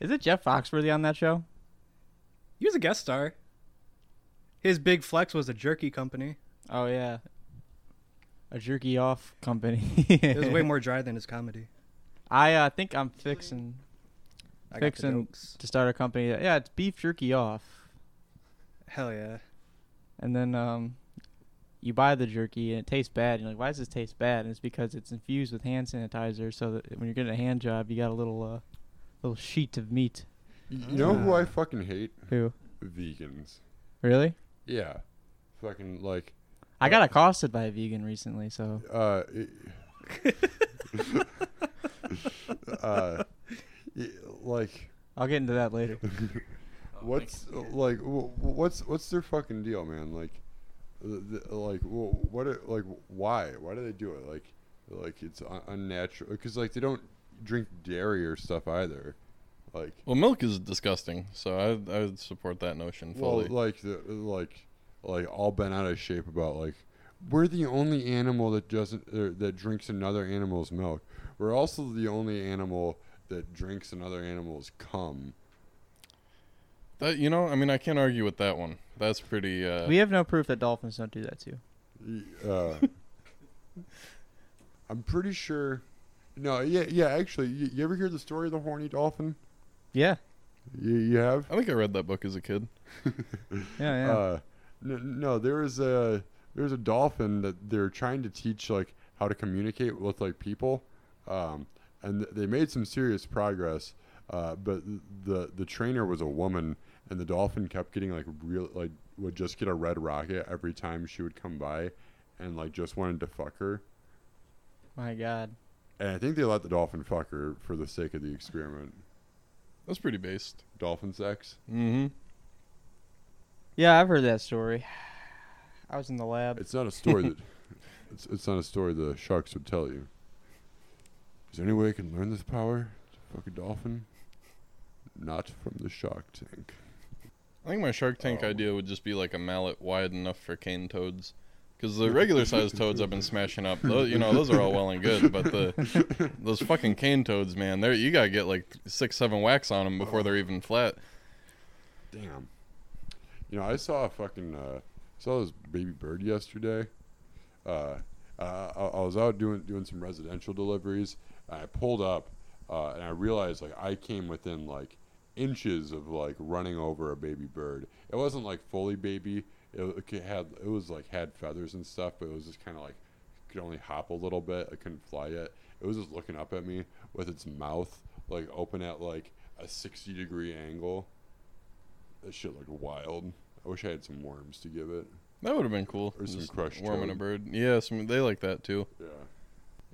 [SPEAKER 2] Is it Jeff Foxworthy on that show?
[SPEAKER 5] He was a guest star. His big flex was a jerky company.
[SPEAKER 2] Oh yeah. A jerky off company.
[SPEAKER 5] It was way more dry than his comedy.
[SPEAKER 2] <laughs> I uh, think I'm fixing
[SPEAKER 5] I got the
[SPEAKER 2] fixing
[SPEAKER 5] jokes.
[SPEAKER 2] to start a company. that- Yeah, it's beef jerky off,
[SPEAKER 5] Hell yeah.
[SPEAKER 2] and then um, you buy the jerky and it tastes bad. And you're like, why does this taste bad? And it's because it's infused with hand sanitizer. So that when you're getting a hand job, you got a little uh, little sheet of meat.
[SPEAKER 1] y- you know who I fucking hate?
[SPEAKER 2] Who?
[SPEAKER 1] Vegans.
[SPEAKER 2] Really?
[SPEAKER 1] Yeah, fucking like
[SPEAKER 2] I got accosted by a vegan recently, so
[SPEAKER 1] uh, it- <laughs> uh, y- like
[SPEAKER 2] I'll get into that later.
[SPEAKER 1] what's like wh- wh- what's what's their fucking deal, man? Like, th- th- like wh- what? Are, like why? Why do they do it? Like, like it's un- unnatural because like they don't drink dairy or stuff either. Like,
[SPEAKER 3] Well, milk is disgusting, so I I would support that notion
[SPEAKER 1] well,
[SPEAKER 3] fully.
[SPEAKER 1] like the like like all bent out of shape about like we're the only animal that doesn't er, that drinks another animal's milk. We're also the only animal that drinks another animal's cum.
[SPEAKER 3] that you know, I mean, I can't argue with that one. That's pretty. Uh,
[SPEAKER 2] We have no proof that dolphins don't do that too.
[SPEAKER 1] Uh, <laughs> I'm pretty sure. No, yeah, yeah. Actually, you, you ever hear the story of the horny dolphin?
[SPEAKER 2] Yeah,
[SPEAKER 1] You, you have?
[SPEAKER 3] I think I read that book as a kid.
[SPEAKER 2] yeah, yeah.
[SPEAKER 1] Uh, no, no, there was a there was a dolphin that they're trying to teach like how to communicate with like people, um, and th- they made some serious progress. Uh, but the the trainer was a woman, and the dolphin kept getting like real like would just get a red rocket every time she would come by, and like just wanted to fuck her.
[SPEAKER 2] My God.
[SPEAKER 1] And I think they let the dolphin fuck her for the sake of the experiment.
[SPEAKER 3] That's pretty based.
[SPEAKER 1] Dolphin sex.
[SPEAKER 3] Mm-hmm.
[SPEAKER 2] Yeah, I've heard that story. I was in the lab.
[SPEAKER 1] It's not a story that it's, it's not a story the sharks would tell you. Is there any way I can learn this power to fuck a dolphin? Not from the shark tank.
[SPEAKER 3] I think my Shark Tank
[SPEAKER 1] Oh.
[SPEAKER 3] idea would just be like a mallet wide enough for cane toads,
[SPEAKER 1] <laughs>
[SPEAKER 3] because the regular sized toads I've been smashing up, those, you know, those are all well and good,
[SPEAKER 1] <laughs>
[SPEAKER 3] but the those fucking cane toads, man, there you gotta get like six, seven whacks on them before they're even flat.
[SPEAKER 1] Damn. You know, I saw a fucking uh, saw this baby bird yesterday. Uh, I, I I was out doing doing some residential deliveries. And I pulled up, uh, and I realized like I came within like inches of like running over a baby bird. It wasn't like fully baby. It, w- it had it was like had feathers and stuff, but it was just kind of like could only hop a little bit. It couldn't fly yet. It was just looking up at me with its mouth like open at like a sixty degree angle. That shit looked wild. I wish I had some worms to give it.
[SPEAKER 3] That would have been cool.
[SPEAKER 1] Or some
[SPEAKER 3] Just
[SPEAKER 1] crushed
[SPEAKER 3] warming a
[SPEAKER 1] toad.
[SPEAKER 3] bird. Yeah, some, they like that too.
[SPEAKER 1] Yeah.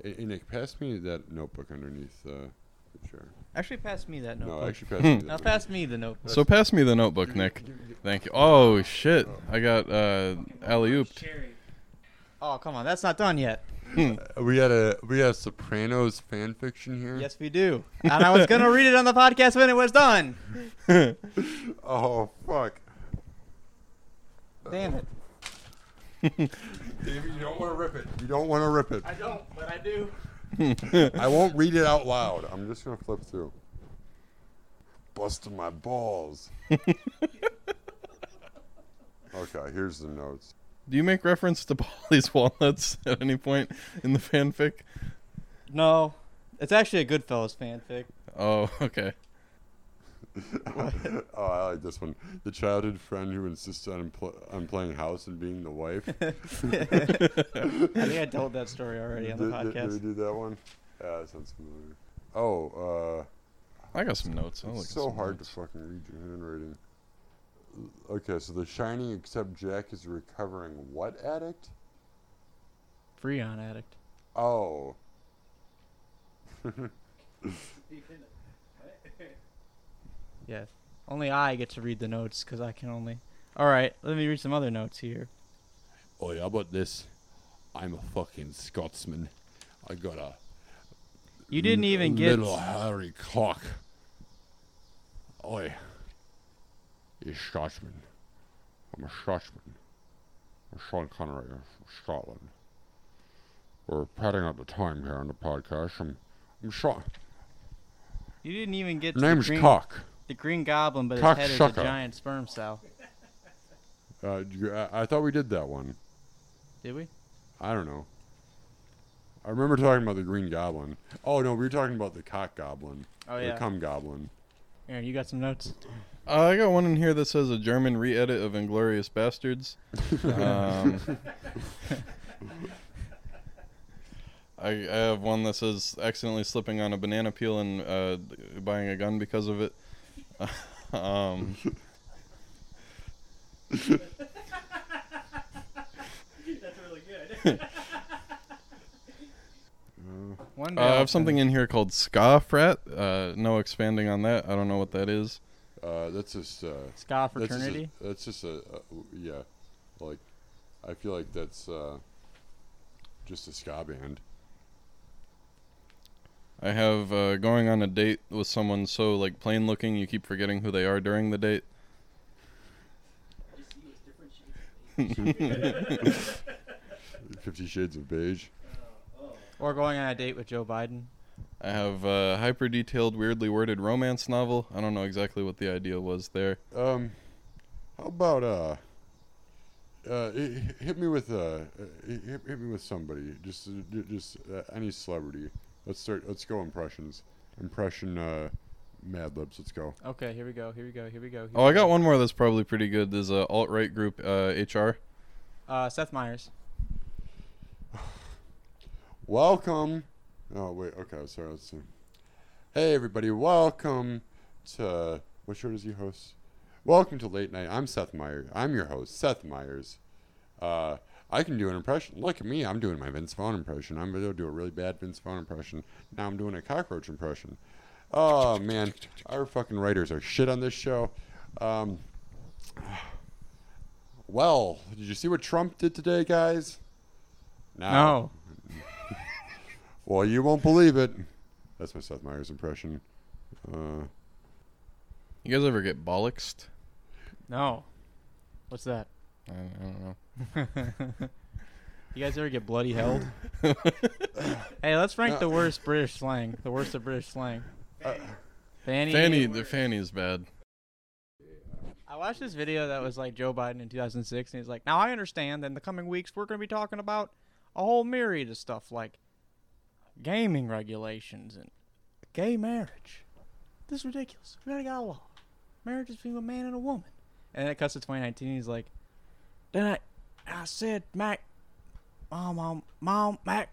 [SPEAKER 1] Hey, hey, Nick, pass me that notebook underneath uh, the chair.
[SPEAKER 2] Actually, pass me that notebook.
[SPEAKER 1] No, actually, pass me that.
[SPEAKER 2] now pass me the notebook.
[SPEAKER 3] So pass me the notebook, Nick. Thank you. Oh shit, I got uh,
[SPEAKER 2] <laughs>
[SPEAKER 3] alley <laughs> ooped.
[SPEAKER 4] Cherry.
[SPEAKER 2] oh, come on, that's not done yet.
[SPEAKER 1] Uh, We had a we had a Sopranos fan fiction here.
[SPEAKER 2] Yes, we do. And I was gonna read it on the podcast when it was done.
[SPEAKER 1] <laughs> Oh fuck,
[SPEAKER 2] Damn it.
[SPEAKER 1] David, you don't want to rip it. You don't want to rip it.
[SPEAKER 2] I don't, but I do.
[SPEAKER 1] I won't read it out loud. I'm just gonna flip through. Busting my balls. okay, here's the notes.
[SPEAKER 3] Do you make reference to Polly's <laughs> walnuts at any point in the fanfic?
[SPEAKER 2] No, it's actually a Goodfellas <laughs> fanfic.
[SPEAKER 3] Oh, <laughs> okay.
[SPEAKER 1] <laughs> oh, I like this one. The childhood friend who insists on pl- on playing house and being the wife.
[SPEAKER 2] I think I told that story already on <laughs> the
[SPEAKER 1] Did- did- Did,
[SPEAKER 2] podcast.
[SPEAKER 1] we do that one? Yeah, that sounds familiar. Oh,
[SPEAKER 3] I got some notes. I'll
[SPEAKER 1] uh,
[SPEAKER 3] look at
[SPEAKER 1] it's so
[SPEAKER 3] some
[SPEAKER 1] hard to
[SPEAKER 3] notes.
[SPEAKER 1] fucking read your handwriting. Okay, so The Shining, except Jack is a recovering what addict?
[SPEAKER 5] Freon addict.
[SPEAKER 1] Oh,
[SPEAKER 4] You can- what?
[SPEAKER 2] Yeah. Only I get to read the notes because I can only. All right, let me read some other notes here.
[SPEAKER 1] Oh yeah, about this? I'm a fucking Scotsman. I got a
[SPEAKER 2] You didn't even get.
[SPEAKER 1] little Harry cock. Oi, you Scotsman. I'm a Scotsman. I'm Sean Connery I'm from Scotland. We're padding out the time here on the podcast. I'm, I'm Sean.
[SPEAKER 2] You didn't even get. to
[SPEAKER 1] Name's
[SPEAKER 2] the green,
[SPEAKER 1] Cock.
[SPEAKER 2] The Green Goblin, but his head is a
[SPEAKER 1] Cocksucker.
[SPEAKER 2] giant sperm cell.
[SPEAKER 1] Uh, you- I, I thought we did that one.
[SPEAKER 2] Did we?
[SPEAKER 1] I don't know. I remember talking about the Green Goblin. Oh no, we were talking about the Cock Goblin.
[SPEAKER 2] Oh
[SPEAKER 1] or
[SPEAKER 2] yeah.
[SPEAKER 1] Cum Goblin.
[SPEAKER 2] Aaron, you got some notes.
[SPEAKER 3] Uh, I got one in here that says a German re-edit of *Inglorious Bastards*. um, <laughs> I, I have one that says accidentally slipping on a banana peel and uh, buying a gun because of it. um,
[SPEAKER 4] That's really good.
[SPEAKER 2] One
[SPEAKER 3] uh,
[SPEAKER 2] day
[SPEAKER 3] I
[SPEAKER 2] I'll
[SPEAKER 3] have something
[SPEAKER 2] finish.
[SPEAKER 3] in here called ska frat. Uh, no expanding on that. I don't know what that is.
[SPEAKER 1] Uh, that's just. Uh,
[SPEAKER 2] Ska
[SPEAKER 1] That's just a-
[SPEAKER 2] fraternity.
[SPEAKER 1] That's just a, a yeah, like I feel like that's uh, just a ska band.
[SPEAKER 3] I have uh, going on a date with someone so like plain looking you keep forgetting who they are during the date.
[SPEAKER 4] Just you as different shades.
[SPEAKER 1] Fifty Shades of Beige.
[SPEAKER 2] Or going on a date with Joe Biden.
[SPEAKER 3] I have a hyper detailed, weirdly worded romance novel. I don't know exactly what the idea was there.
[SPEAKER 1] Um, how about uh, uh, h- hit me with uh, h- hit, hit me with somebody. Just uh, j- just uh, any celebrity. Let's start. Let's go impressions. Impression uh, Mad Libs. Let's go.
[SPEAKER 2] Okay, here we go. Here we go. Here we go. here
[SPEAKER 3] Oh, I
[SPEAKER 2] we
[SPEAKER 3] got one more that's probably pretty good. There's a alt right group, uh, HR.
[SPEAKER 2] Uh, Seth Meyers.
[SPEAKER 1] Welcome. Oh wait. Okay. Sorry. Let's see. Hey everybody. Welcome to what show does he host? Welcome to Late Night. I'm Seth Myers. I'm your host, Seth Myers. Uh, I can do an impression. Look at me. I'm doing my Vince Vaughn impression. I'm going to do a really bad Vince Vaughn impression. Now I'm doing a cockroach impression. Oh, man. Our fucking writers are shit on this show. Um, well, did you see what Trump did today, guys?
[SPEAKER 2] No.
[SPEAKER 1] Well, you won't believe it. That's my Seth Meyers impression. Uh,
[SPEAKER 3] You guys ever get bollocksed?
[SPEAKER 2] No. What's that?
[SPEAKER 3] I, I don't know.
[SPEAKER 2] You guys ever get bloody
[SPEAKER 3] <laughs>
[SPEAKER 2] held? hey, let's rank the worst British slang. The worst of British slang. Fanny.
[SPEAKER 3] Fanny, Uh, the Fanny is bad.
[SPEAKER 2] I watched this video that was like Joe Biden in 2006, and he's like, "Now I understand that in the coming weeks we're going to be talking about a whole myriad of stuff like gaming regulations and gay marriage. This is ridiculous. We already got a law. Marriage is between a man and a woman." And then it cuts to 2019. And he's like, "Then I, I said, Mac, mom, mom, mom, Mac,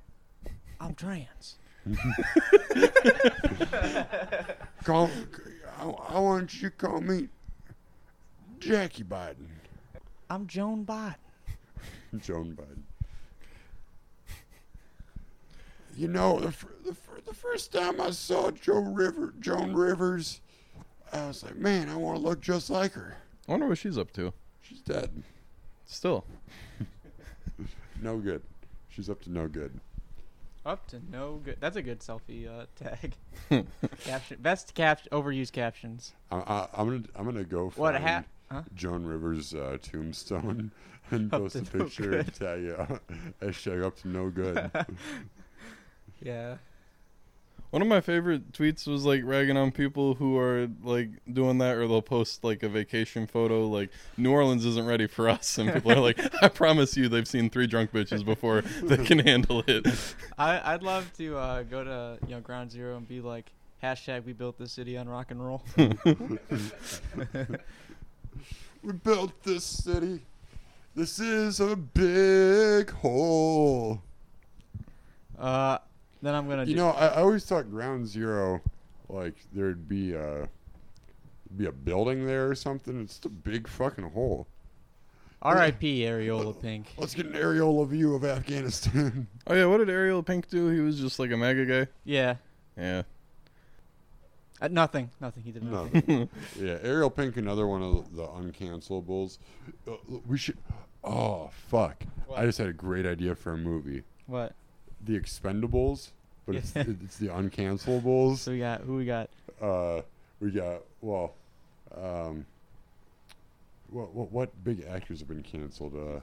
[SPEAKER 2] I'm trans."
[SPEAKER 1] call, I, I want you to call me Jackie Biden.
[SPEAKER 2] I'm Joan Biden.
[SPEAKER 1] <laughs> Joan Biden. You know, the, fir- the, fir- the first time I saw Joe River, Joan Rivers, I was like, man, I want to look just like her.
[SPEAKER 3] I wonder what she's up to.
[SPEAKER 1] She's dead.
[SPEAKER 3] Still,
[SPEAKER 1] No good. She's up to no good.
[SPEAKER 2] Up to no good. That's a good selfie uh, <laughs>
[SPEAKER 1] <laughs>
[SPEAKER 2] tag. caption best cap overused captions.
[SPEAKER 1] I, I, I'm gonna I'm gonna go find
[SPEAKER 2] What hap- huh?
[SPEAKER 1] Joan Rivers' uh, tombstone <laughs> and
[SPEAKER 2] Up
[SPEAKER 1] post
[SPEAKER 2] to
[SPEAKER 1] a
[SPEAKER 2] no
[SPEAKER 1] picture
[SPEAKER 2] good.
[SPEAKER 1] and tag you. Hashtag up to no
[SPEAKER 2] <laughs>
[SPEAKER 1] good.
[SPEAKER 2] Yeah.
[SPEAKER 3] one of my favorite tweets was like ragging on people who are like doing that, or they'll post like a vacation photo, like New Orleans isn't ready for us, and people are like, I promise you, they've seen three drunk bitches before they can handle it.
[SPEAKER 2] I I'd love to uh, go to you know Ground Zero and be like hashtag We built this city on rock
[SPEAKER 1] <laughs>
[SPEAKER 2] and roll.
[SPEAKER 1] we built this city. This is a big hole.
[SPEAKER 2] uh, then I'm gonna
[SPEAKER 1] You
[SPEAKER 2] do
[SPEAKER 1] know, I, I always thought Ground Zero, like there'd be a be a building there or something. It's just a big fucking hole.
[SPEAKER 2] R.I.P. Areola Pink.
[SPEAKER 1] Let's get an areola view of Afghanistan. <laughs>
[SPEAKER 3] Oh yeah, what did Ariel Pink do? He was just like a mega guy.
[SPEAKER 2] Yeah.
[SPEAKER 3] Yeah.
[SPEAKER 2] Uh, nothing. Nothing. He did
[SPEAKER 1] No. <laughs>
[SPEAKER 2] nothing.
[SPEAKER 1] yeah, Ariel Pink, another one of the uncancelables. Uh, we should. Oh fuck! I just had a great idea for a movie,
[SPEAKER 2] What?
[SPEAKER 1] The Expendables, but it's, it's the uncancelables.
[SPEAKER 2] <laughs> So we got who we got?
[SPEAKER 1] Uh, we got well, um, what what what big actors have been canceled? Uh,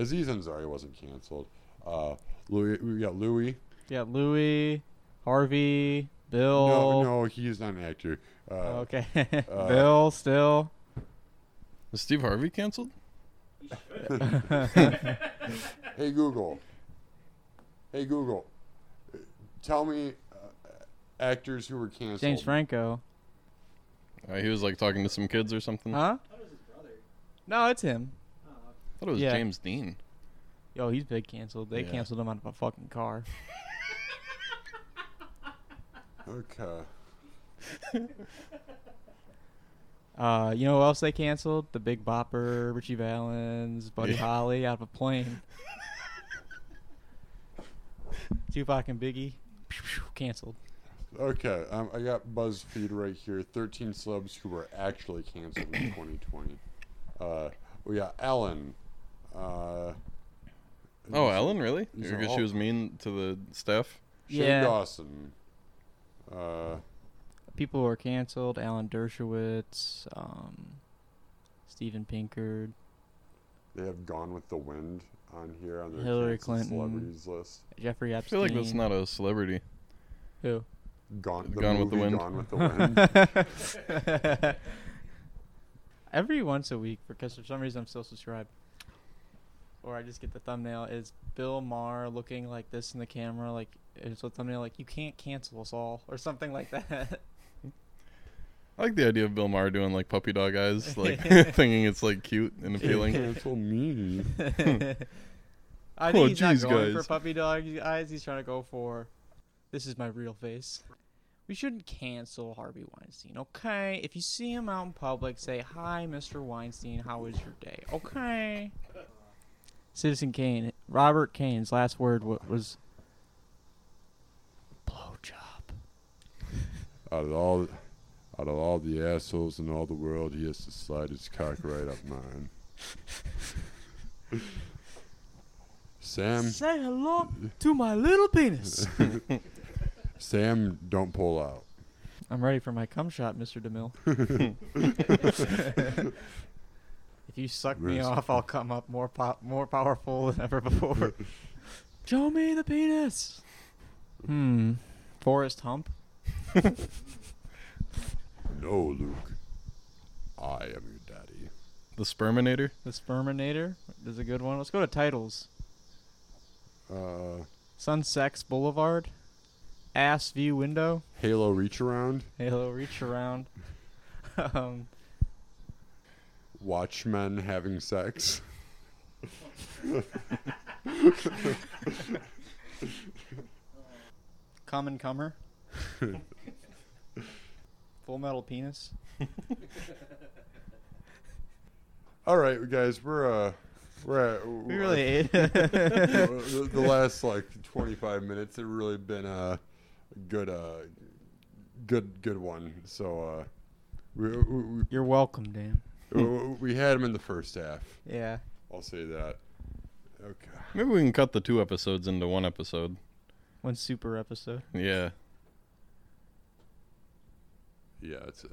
[SPEAKER 1] Aziz Ansari wasn't canceled. Uh, Louis, we got Louis.
[SPEAKER 2] We got Louis, Harvey, Bill.
[SPEAKER 1] No, no, he's not an actor. Uh,
[SPEAKER 2] Okay.
[SPEAKER 1] Uh,
[SPEAKER 2] <laughs> Bill still.
[SPEAKER 3] Was Steve Harvey canceled?
[SPEAKER 1] Hey Google. Hey Google. uh, Tell me uh, actors who were canceled.
[SPEAKER 2] James Franco.
[SPEAKER 3] Uh, he was like talking to some kids or
[SPEAKER 1] Hmm.
[SPEAKER 3] something.
[SPEAKER 2] Huh?
[SPEAKER 4] That was his brother.
[SPEAKER 2] No, it's him.
[SPEAKER 3] I thought it was
[SPEAKER 2] Yeah.
[SPEAKER 3] James Dean.
[SPEAKER 2] Yo, he's big canceled. They
[SPEAKER 3] Yeah.
[SPEAKER 2] canceled him out of a fucking car.
[SPEAKER 1] Okay.
[SPEAKER 2] Uh, you know who else they canceled? The Big Bopper, Richie Valens, Buddy
[SPEAKER 3] Yeah.
[SPEAKER 2] Holly out of a
[SPEAKER 3] <laughs>
[SPEAKER 2] plane. Tupac and Biggie canceled.
[SPEAKER 1] Okay. Um, I got BuzzFeed right here. 13 celebs who were actually canceled in 2020. Uh, we got Ellen. Uh,
[SPEAKER 3] Oh, Ellen, really?
[SPEAKER 1] he's
[SPEAKER 3] Because
[SPEAKER 1] all-
[SPEAKER 3] she was mean to the staff.
[SPEAKER 1] Shane
[SPEAKER 2] Yeah.
[SPEAKER 1] Dawson. Uh,
[SPEAKER 2] People were canceled. Alan Dershowitz, um, Steven Pinkard,
[SPEAKER 1] they have Gone with the Wind on here on their
[SPEAKER 2] Hillary
[SPEAKER 1] canceled
[SPEAKER 2] Clinton.
[SPEAKER 1] celebrities list.
[SPEAKER 2] Jeffrey
[SPEAKER 3] I
[SPEAKER 2] Epstein.
[SPEAKER 3] feel like that's not a celebrity.
[SPEAKER 2] who.
[SPEAKER 1] Gone, the
[SPEAKER 3] Gone with the
[SPEAKER 1] movie
[SPEAKER 3] Wind.
[SPEAKER 1] Gone
[SPEAKER 3] <laughs>
[SPEAKER 1] with the Wind.
[SPEAKER 2] Every once a week, because for some reason I'm still subscribed, or I just get the thumbnail is Bill Maher looking like this in the camera, like it's a thumbnail like you can't cancel us all or something like that.
[SPEAKER 3] I like the idea of Bill Maher doing like puppy dog eyes, like thinking it's like cute
[SPEAKER 1] <laughs>
[SPEAKER 3] and appealing.
[SPEAKER 1] Cancel me.
[SPEAKER 2] I think
[SPEAKER 3] Oh,
[SPEAKER 2] he's
[SPEAKER 3] jeez,
[SPEAKER 2] not going
[SPEAKER 3] guys.
[SPEAKER 2] for puppy dog eyes. He's trying to go for this is my real face. We shouldn't cancel Harvey Weinstein, okay? If you see him out in public, say hi, Mr. Weinstein. How was your day, okay? Citizen Kane. Robert Kane's last word wa- was blowjob.
[SPEAKER 1] Out of all, out of all the assholes in all the world, he has to slide his cock right up mine. Sam,
[SPEAKER 2] Say hello to my little penis.
[SPEAKER 1] Sam, don't pull out.
[SPEAKER 2] I'm ready for my cum shot, Mr. DeMille. <laughs> if you suck me
[SPEAKER 1] Where's-
[SPEAKER 2] off, I'll come up more po- more powerful than ever before. Show me the penis. Hmm. Forest hump.
[SPEAKER 1] No, Luke. I am your daddy.
[SPEAKER 3] The Sperminator.
[SPEAKER 2] The Sperminator is a good one. Let's go to titles.
[SPEAKER 1] Uh,
[SPEAKER 2] Sunsex Boulevard. Ass View Window.
[SPEAKER 1] Halo Reach Around,
[SPEAKER 2] Halo Reach Around. <laughs> um,
[SPEAKER 1] Watchmen having
[SPEAKER 2] <laughs>
[SPEAKER 1] sex.
[SPEAKER 2] Common Comer. Full Metal Penis.
[SPEAKER 1] All right, guys, we're uh, we're at
[SPEAKER 2] We really
[SPEAKER 1] <laughs>
[SPEAKER 2] ate. <laughs>
[SPEAKER 1] the, the last like 25 minutes have really been a good uh good good one so uh we we,
[SPEAKER 2] You're welcome, Dan.
[SPEAKER 1] we, we had him in the first half
[SPEAKER 2] Yeah.
[SPEAKER 1] i'll say that okay
[SPEAKER 3] Maybe we can cut the two episodes into one episode.
[SPEAKER 2] One super episode.
[SPEAKER 3] Yeah.
[SPEAKER 1] yeah it's